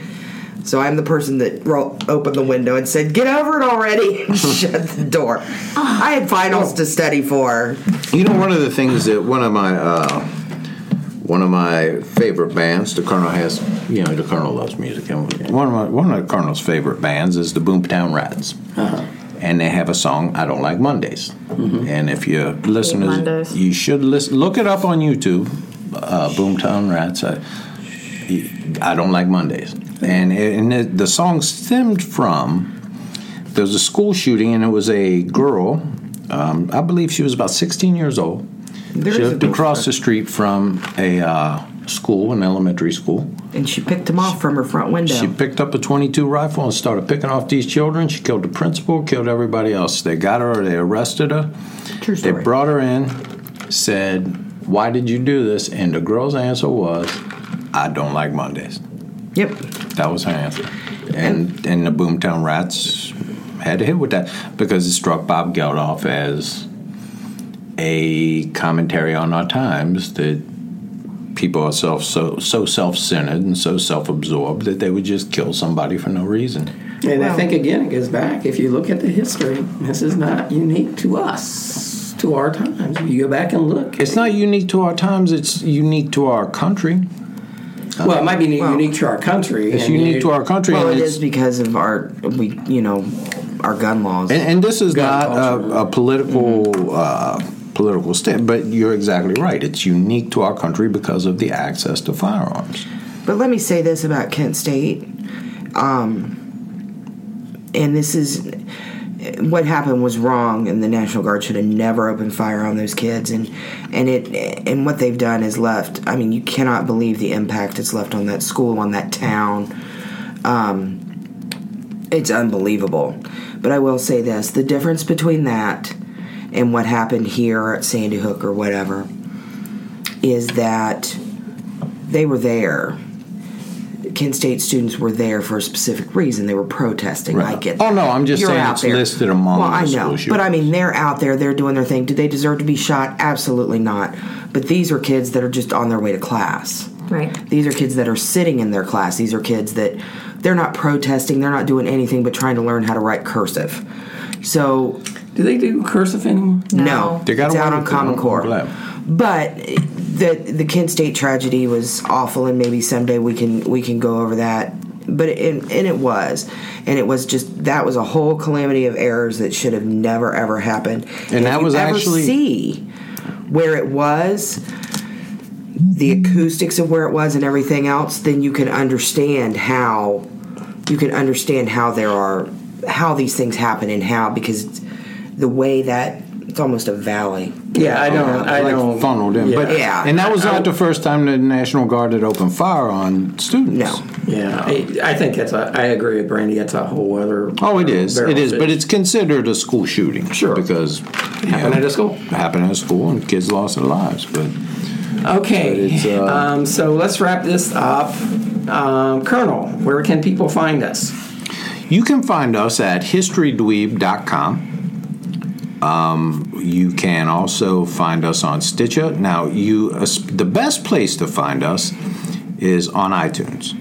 Speaker 2: So I'm the person that ro- opened the window and said, Get over it already, and shut the door. I had
Speaker 4: Oh.
Speaker 2: finals to study for.
Speaker 4: You know, one of the things that one of my uh, one of my favorite bands, the Colonel has, you know, the Colonel loves music, and one of my, one of the Colonel's favorite bands is the Boomtown Rats, and they have a song "I Don't Like Mondays." And if you listen to,
Speaker 5: Mondays.
Speaker 4: you should listen. Look it up on YouTube, uh, Boomtown Rats. I, I don't like Mondays, and and it, the song stemmed from there was a school shooting, and it was a girl. Um, I believe she was about 16 years old.
Speaker 2: There
Speaker 4: she
Speaker 2: is a
Speaker 4: lived
Speaker 2: big
Speaker 4: across the street from a uh, school, an elementary school.
Speaker 2: And she picked him off from her front window.
Speaker 4: She picked up a 22 rifle and started picking off these children. She killed the principal, killed everybody else. They got her, they arrested her.
Speaker 2: True
Speaker 4: They
Speaker 2: story.
Speaker 4: brought her in, said, "Why did you do this?" And the girl's answer was, "I don't like Mondays."
Speaker 2: yep.
Speaker 4: That was her answer. And and the Boomtown Rats had to hit with that because it struck Bob Geldof as a commentary on our times that people are self so so self centered and so self absorbed that they would just kill somebody for no reason.
Speaker 1: And I
Speaker 2: Well-
Speaker 1: think again, it goes back. If you look at the history, this is not unique to us, to our times. You go back and look.
Speaker 4: It's not unique to our times. It's unique to our country.
Speaker 1: well, it might be
Speaker 2: Well-
Speaker 1: unique to our country.
Speaker 4: It's
Speaker 1: and
Speaker 4: unique
Speaker 1: it-
Speaker 4: to our country.
Speaker 2: Well,
Speaker 4: and
Speaker 2: it
Speaker 4: it's-
Speaker 2: is because of our, we, you know, our gun laws.
Speaker 4: And, and this is
Speaker 1: Gun
Speaker 4: not
Speaker 1: culture.
Speaker 4: a, a political
Speaker 1: Mm-hmm.
Speaker 4: uh, political stance, but you're exactly right. It's unique to our country because of the access to firearms.
Speaker 2: But let me say this about Kent State. Um, and this is what happened was wrong, and the National Guard should have never opened fire on those kids. And and it and what they've done is left. I mean, you cannot believe the impact it's left on that school, on that town. Um, it's unbelievable. But I will say this: the difference between that and what happened here at Sandy Hook or whatever is that they were there. Kent State students were there for a specific reason. They were protesting. I get.
Speaker 4: Oh, no, I'm just
Speaker 2: You're
Speaker 4: saying
Speaker 2: out
Speaker 4: it's
Speaker 2: there.
Speaker 4: listed among
Speaker 2: Well,
Speaker 4: the
Speaker 2: I
Speaker 4: school
Speaker 2: know,
Speaker 4: shootings.
Speaker 2: but I mean, they're out there. They're doing their thing. Do they deserve to be shot? Absolutely not. But these are kids that are just on their way to class.
Speaker 5: Right.
Speaker 2: These are kids that are sitting in their class. These are kids that they're not protesting. They're not doing anything but trying to learn how to write cursive. So
Speaker 1: Do they do cursive anymore?
Speaker 2: no,
Speaker 5: No.
Speaker 4: They gotta
Speaker 2: it's out
Speaker 4: learn
Speaker 2: on
Speaker 4: it.
Speaker 2: Common
Speaker 4: I'm
Speaker 2: Core.
Speaker 4: glad.
Speaker 2: But the the Kent State tragedy was awful, and maybe someday we can we can go over that. But it, and it was, and it was just that was a whole calamity of errors that should have never ever happened. And, if
Speaker 4: that
Speaker 2: you
Speaker 4: was
Speaker 2: ever
Speaker 4: actually-
Speaker 2: see where it was. The acoustics of where it was and everything else, then you can understand how you can understand how there are how these things happen and how because it's the way that it's almost a valley.
Speaker 1: Yeah, I don't. I
Speaker 4: uh, like
Speaker 1: don't.
Speaker 4: funneled in, but
Speaker 2: Yeah.
Speaker 4: and that was
Speaker 1: I-
Speaker 4: not the first time the National Guard had opened fire on students.
Speaker 2: No.
Speaker 1: Yeah, I, I think that's a. I agree with Brandy. That's a whole other.
Speaker 4: Oh, it is.
Speaker 1: barrel
Speaker 4: It is,
Speaker 1: of
Speaker 4: but
Speaker 1: fish.
Speaker 4: it's considered a school shooting.
Speaker 1: Sure.
Speaker 4: Because it
Speaker 1: happened at a school.
Speaker 4: Happened at a school and kids lost their lives. But
Speaker 6: Okay,
Speaker 9: But it's, uh,
Speaker 6: um, so let's wrap this up. Um, Colonel, where can people find us?
Speaker 4: You can find us at historydweeb.com. Um, you can also find us on Stitcher. Now, you uh, the best place to find us is on iTunes.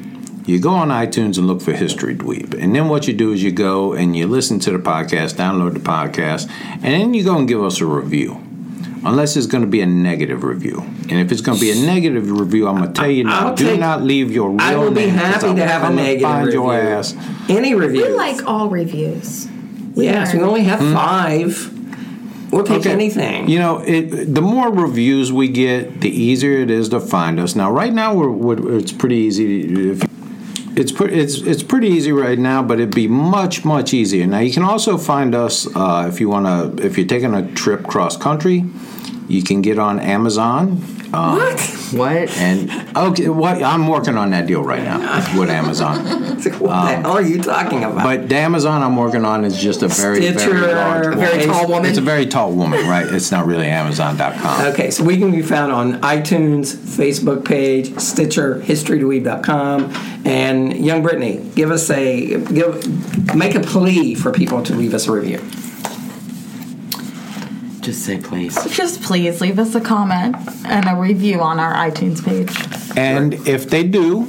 Speaker 4: You go on iTunes and look for History Dweeb. And then what you do is you go and you listen to the podcast, download the podcast, and then you go and give us a review. Unless it's going to be a negative review. And if it's going to be a negative review, I'm going to tell you now,
Speaker 6: I'll
Speaker 4: do
Speaker 6: take-
Speaker 4: not leave your real
Speaker 6: I will be
Speaker 4: name, 'cause
Speaker 6: happy
Speaker 4: I
Speaker 6: to
Speaker 4: will
Speaker 6: have a
Speaker 4: come and
Speaker 6: negative
Speaker 4: find
Speaker 6: review.
Speaker 4: your ass.
Speaker 6: Any reviews?
Speaker 10: We like all reviews.
Speaker 6: yes, we only have five. We'll take
Speaker 4: Hmm? Okay.
Speaker 6: anything.
Speaker 4: You know, it, the more reviews we get, the easier it is to find us. Now, right now, we're, we're, it's pretty easy. If, it's pre- it's it's pretty easy right now, but it'd be much much easier. Now, you can also find us uh, if you want to. If you're taking a trip cross country, you can get on Amazon. Um,
Speaker 2: What?
Speaker 4: And okay, what I'm working on that deal right now with Amazon.
Speaker 6: what the hell are you talking about?
Speaker 4: Um, But the Amazon I'm working on is just a very very
Speaker 6: Stitcher,
Speaker 4: large,
Speaker 6: a
Speaker 4: woman.
Speaker 6: very tall
Speaker 4: It's- It's a very tall woman, right? It's not really Amazon.com.
Speaker 6: Okay, so we can be found on iTunes, Facebook page, Stitcher, HistoryToWeave.com, and Young Brittany, give us a give, make a plea for people to leave us a review.
Speaker 2: Just say please.
Speaker 5: Just please leave us a comment and a review on our iTunes page.
Speaker 4: And if they do,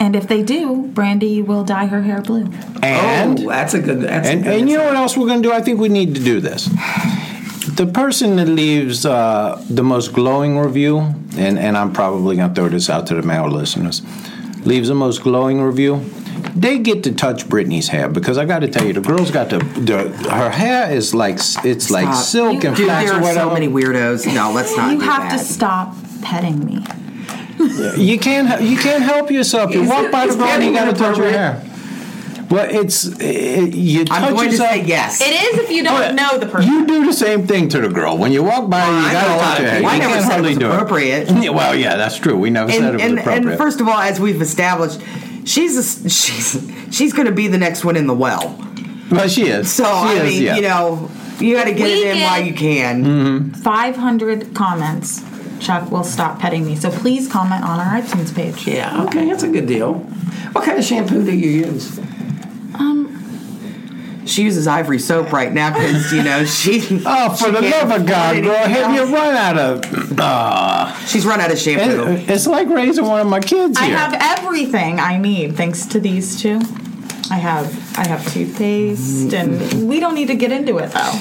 Speaker 5: And if they do, Brandy will dye her hair blue.
Speaker 4: and
Speaker 6: oh, that's a good. That's a
Speaker 4: and,
Speaker 6: good
Speaker 4: and you know what else we're going to do? I think we need to do this. The person that leaves uh, the most glowing review, and, and I'm probably going to throw this out to the male listeners, leaves the most glowing review. They get to touch Britney's hair because I got to tell you, the girl's got the, the her hair is like s- it's like
Speaker 2: Stop.
Speaker 4: silk and
Speaker 2: Dude,
Speaker 4: flax
Speaker 2: Uh, there
Speaker 4: or
Speaker 2: are
Speaker 4: whatever.
Speaker 2: so many weirdos. No, Oh, let's not.
Speaker 5: You
Speaker 2: do
Speaker 5: have
Speaker 2: that.
Speaker 5: to stop petting me.
Speaker 4: You can't. You can't help yourself. You
Speaker 2: Is
Speaker 4: walk
Speaker 2: it-
Speaker 4: by the
Speaker 2: is
Speaker 4: girl and you
Speaker 2: petting
Speaker 4: got to touch your
Speaker 2: inappropriate?
Speaker 4: hair. Well, it's it, you touch
Speaker 2: I'm going to
Speaker 4: yourself.
Speaker 2: say yes.
Speaker 5: It is if
Speaker 2: Oh,
Speaker 5: you don't know the person.
Speaker 4: You do the same thing to the girl when you walk by. you
Speaker 2: I know
Speaker 4: gotta
Speaker 2: a lot
Speaker 4: touch
Speaker 2: of
Speaker 4: her. head.
Speaker 2: people. I
Speaker 4: You
Speaker 2: never
Speaker 4: can't
Speaker 2: said it
Speaker 4: hardly
Speaker 2: was
Speaker 4: do
Speaker 2: appropriate.
Speaker 4: Yeah, well, yeah, that's true. We never said it
Speaker 2: And,
Speaker 4: was
Speaker 2: and,
Speaker 4: appropriate.
Speaker 2: and first of all, as we've established, she's a, she's she's going to be the next one in the well.
Speaker 4: well, she is.
Speaker 2: So
Speaker 4: she
Speaker 2: I
Speaker 4: is,
Speaker 2: mean,
Speaker 4: yeah.
Speaker 2: you know, you got to get
Speaker 5: We
Speaker 2: it in
Speaker 5: get-
Speaker 2: while you can.
Speaker 5: 500 comments, Chuck will stop petting me. So please comment on our iTunes page.
Speaker 6: Yeah, okay, that's a good deal. What kind of shampoo do you use?
Speaker 5: Um,
Speaker 2: She uses ivory soap right now because you know she.
Speaker 4: Oh, for
Speaker 2: she
Speaker 4: the
Speaker 2: can't
Speaker 4: love of
Speaker 2: afford
Speaker 4: God, girl!
Speaker 2: anything
Speaker 4: Have you
Speaker 2: else.
Speaker 4: run out of? Ah,
Speaker 2: She's run out of shampoo.
Speaker 4: it, it's like raising one of my kids
Speaker 5: I
Speaker 4: here.
Speaker 5: have everything I need thanks to these two. I have I have toothpaste and we don't need to get into it though.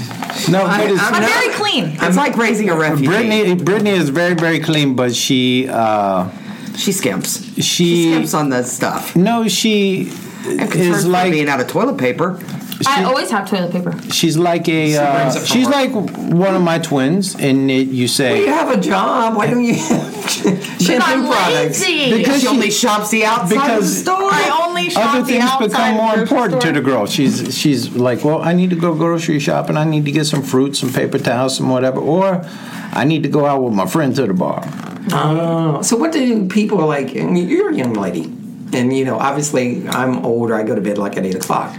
Speaker 4: no, but it's,
Speaker 5: I'm
Speaker 2: No.
Speaker 5: very clean.
Speaker 2: it's like raising a refugee.
Speaker 4: uh, Brittany. Brittany is very, very clean, but she, uh,
Speaker 2: she skimps.
Speaker 4: she,
Speaker 2: She skimps on the stuff.
Speaker 4: no, she
Speaker 2: I'm concerned
Speaker 4: is
Speaker 2: for being
Speaker 4: like
Speaker 2: out of toilet paper.
Speaker 5: I always have toilet paper.
Speaker 4: she's like a uh,
Speaker 6: brings it from
Speaker 4: she's
Speaker 6: work.
Speaker 4: like one of my twins, and it, you say
Speaker 6: You have a job. Why don't you have shampoo
Speaker 5: I'm
Speaker 6: products?
Speaker 4: because
Speaker 2: She
Speaker 4: she-
Speaker 2: only shops the outside
Speaker 4: because
Speaker 2: of the store.
Speaker 5: I only shop
Speaker 4: other
Speaker 5: the
Speaker 4: things
Speaker 5: outside
Speaker 4: become more
Speaker 5: grocery
Speaker 4: important
Speaker 5: store.
Speaker 4: to the girl. She's she's like, well, I need to go grocery shopping. I need to get some fruit, some paper towels, some whatever, or I need to go out with my friend to the bar.
Speaker 6: Oh, so what do people like? I mean, you're a young lady, and you know, obviously, I'm older. I go to bed like at eight o'clock.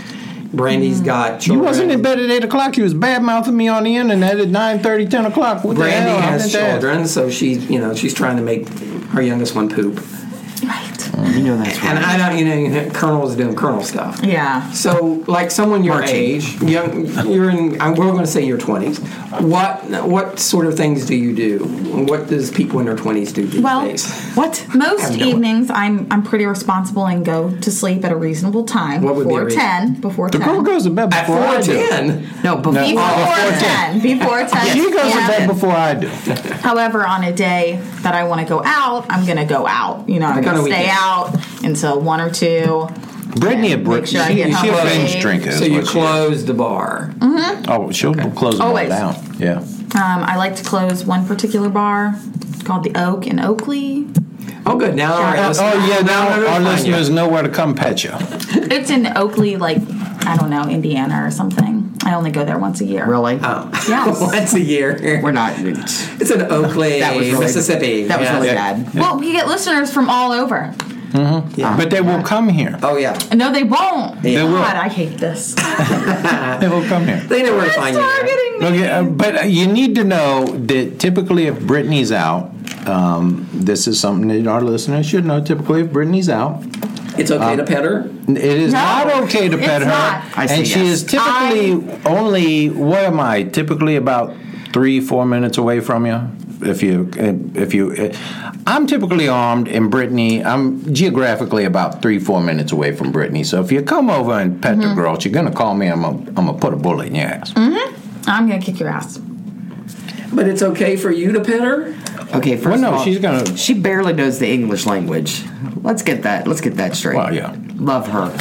Speaker 6: Brandy's got
Speaker 4: You
Speaker 6: children.
Speaker 4: wasn't in bed at eight o'clock. You was bad mouthing me on the internet at 9, 10 o'clock. What the
Speaker 6: Brandy
Speaker 4: hell? I
Speaker 6: has
Speaker 4: did that.
Speaker 6: children, so she's you know she's trying to make her youngest one poop.
Speaker 2: You know that's
Speaker 6: And I don't, you know, you know, Colonel's doing Colonel stuff.
Speaker 5: Yeah.
Speaker 6: So, like someone your
Speaker 2: Marching.
Speaker 6: age, young, you're in. I'm, we're going to say your twenties. What what sort of things do you do? What does people in their twenties do these
Speaker 5: Well,
Speaker 6: days?
Speaker 5: what
Speaker 6: I
Speaker 5: most
Speaker 6: have no-
Speaker 5: evenings I'm I'm pretty responsible and go to sleep at a reasonable time
Speaker 6: What would be a
Speaker 5: before
Speaker 6: reason-
Speaker 5: 10 before
Speaker 4: The
Speaker 5: 10.
Speaker 4: girl goes to bed
Speaker 6: At
Speaker 4: before I
Speaker 6: four
Speaker 4: do.
Speaker 6: ten.
Speaker 2: no, before,
Speaker 5: before
Speaker 4: before
Speaker 5: 10. Before 10.
Speaker 4: She goes
Speaker 5: Yeah.
Speaker 4: to bed before I do.
Speaker 5: However, on a day that I want to go out, I'm going to go out. You know, I'm
Speaker 6: Like on
Speaker 5: going
Speaker 6: a
Speaker 5: to stay
Speaker 6: weekend.
Speaker 5: out until one or two.
Speaker 4: Brittany, a
Speaker 5: Make
Speaker 4: Brit-
Speaker 5: sure I
Speaker 4: she,
Speaker 5: get
Speaker 4: she a
Speaker 5: home
Speaker 4: binge
Speaker 5: late.
Speaker 4: drinker. is
Speaker 6: So you
Speaker 4: what she is.
Speaker 6: close the bar.
Speaker 4: Oh, she'll close them all
Speaker 5: Always.
Speaker 4: down. Yeah.
Speaker 5: Um, I like to close one particular bar called the Oak in Oakley.
Speaker 6: Oh, good. Now, our
Speaker 5: Yeah.
Speaker 6: listeners-
Speaker 4: Oh, yeah. Now
Speaker 6: they'll
Speaker 4: our
Speaker 6: find you.
Speaker 4: listeners know where to come pet you.
Speaker 5: It's in Oakley, like I don't know, Indiana or something. I only go there once a year.
Speaker 2: really,
Speaker 4: Uh,
Speaker 6: Oh.
Speaker 5: Yes.
Speaker 6: Once a year.
Speaker 2: we're not. That
Speaker 6: It's in Oakley,
Speaker 2: was really
Speaker 6: Mississippi.
Speaker 2: That was
Speaker 6: Yeah.
Speaker 2: really
Speaker 4: Yeah.
Speaker 2: bad.
Speaker 5: Well, we get listeners from all over.
Speaker 4: But they will come here.
Speaker 6: Oh yeah,
Speaker 5: No, they won't.
Speaker 4: They will.
Speaker 5: God, I hate this.
Speaker 4: They will come here.
Speaker 6: they know where to
Speaker 5: It's
Speaker 6: find you.
Speaker 5: targeting me.
Speaker 4: Okay, uh, but uh, you need to know that typically, if Brittany's out, um, this is something that our listeners should know. Typically, if Brittany's out,
Speaker 6: It's okay
Speaker 4: Uh,
Speaker 6: to pet her.
Speaker 4: it is
Speaker 5: No,
Speaker 4: not okay to pet
Speaker 5: it's
Speaker 4: her,
Speaker 5: not.
Speaker 2: I say
Speaker 4: and she
Speaker 2: yes.
Speaker 4: is typically only what am I? Typically about three, four minutes away from you. If you, if you, eh, I'm typically armed, and Brittany, I'm geographically about three, four minutes away from Brittany. So if you come over and pet
Speaker 5: Mm-hmm.
Speaker 4: the girl, she's gonna call me. I'm gonna, I'm gonna put a bullet in your ass.
Speaker 5: I'm gonna kick your ass.
Speaker 6: But it's okay for you to pet her.
Speaker 2: Okay, first
Speaker 4: Well,
Speaker 2: of
Speaker 4: no,
Speaker 2: all,
Speaker 4: she's gonna-
Speaker 2: She barely knows the English language. Let's get that. Let's get that straight.
Speaker 4: Well, yeah. Mm-hmm.
Speaker 2: Love her.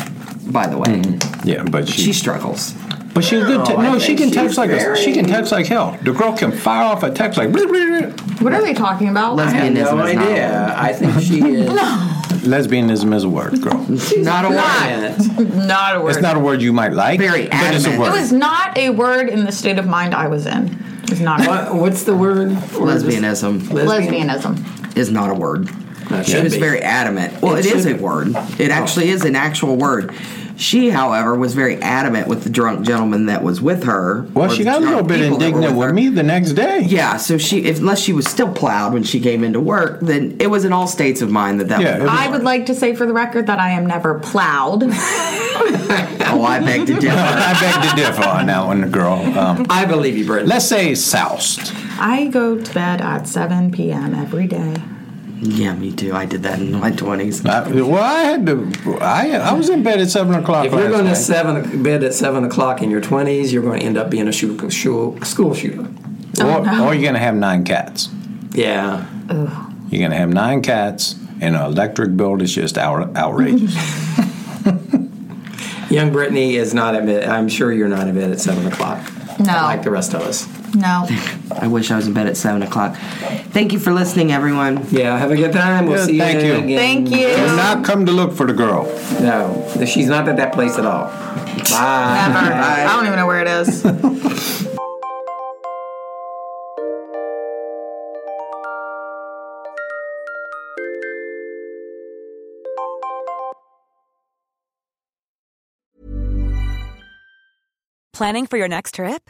Speaker 2: By the way,
Speaker 4: Yeah, but she,
Speaker 2: she struggles.
Speaker 4: But she's good. Te-
Speaker 6: I
Speaker 4: no, she
Speaker 6: think
Speaker 4: can
Speaker 6: she's
Speaker 4: text like a,
Speaker 6: very-
Speaker 4: she can text like hell. The girl can fire off a text like bleep, bleep, bleep.
Speaker 5: What are they talking about?
Speaker 6: I have
Speaker 2: Lesbianism is
Speaker 6: no
Speaker 2: not
Speaker 6: idea. I think she is
Speaker 4: lesbianism is a word, girl.
Speaker 2: not a word.
Speaker 6: not.
Speaker 5: Not a word.
Speaker 4: it's not a word you might like,
Speaker 2: Very
Speaker 4: but it's a
Speaker 2: adamant.
Speaker 4: word.
Speaker 5: it was not a word in the state of mind I was in. It's not a word.
Speaker 6: What, what's the word? for this?
Speaker 2: Lesbianism
Speaker 5: lesbianism.
Speaker 2: is not a word.
Speaker 6: That
Speaker 2: She
Speaker 6: should
Speaker 2: was
Speaker 6: be.
Speaker 2: very adamant. Well,
Speaker 6: It
Speaker 2: it is a
Speaker 6: should be.
Speaker 2: word. It actually is an actual word. She, however, was very adamant with the drunk gentleman that was with her.
Speaker 4: well,
Speaker 2: or
Speaker 4: she
Speaker 2: the
Speaker 4: got a
Speaker 2: drunk
Speaker 4: little bit
Speaker 2: people that were
Speaker 4: indignant with
Speaker 2: her.
Speaker 4: me the next day.
Speaker 2: Yeah, so she, if, unless she was still plowed when she came into work, then it was in all states of mind that that
Speaker 4: Yeah, it
Speaker 2: was.
Speaker 4: was-
Speaker 5: I would like to say for the record that I am never plowed.
Speaker 2: Oh, I beg to differ.
Speaker 4: I beg to differ on that one, girl. Um,
Speaker 6: I believe you, Brittany.
Speaker 4: let's say soused.
Speaker 5: I go to bed at 7 p.m. every day.
Speaker 2: yeah, me too. I did that in my 20s.
Speaker 4: I, Uh, well, I had to. I I was in bed at seven o'clock.
Speaker 6: If
Speaker 4: last
Speaker 6: you're going to
Speaker 4: night.
Speaker 6: seven bed at seven o'clock in your twenties, you're going to end up being a shooter, shul- school shooter.
Speaker 4: or, or you're going to have nine cats.
Speaker 6: Yeah,
Speaker 4: You're going to have nine cats, and an electric bill that's just out, outrageous.
Speaker 6: young Brittany is not at bed. I'm sure you're not at bed at seven o'clock.
Speaker 5: No.
Speaker 6: like the rest of us.
Speaker 5: No.
Speaker 2: I wish I was in bed at 7 o'clock. Thank you for listening, everyone.
Speaker 6: Yeah, have a good time. We'll
Speaker 4: Yeah,
Speaker 6: see
Speaker 4: thank
Speaker 6: you
Speaker 4: you.
Speaker 6: again.
Speaker 5: Thank you.
Speaker 4: Do not come to look for the girl.
Speaker 6: No, she's not at that place at all. Bye.
Speaker 5: Never. I don't even know where it is.
Speaker 11: Planning for your next trip?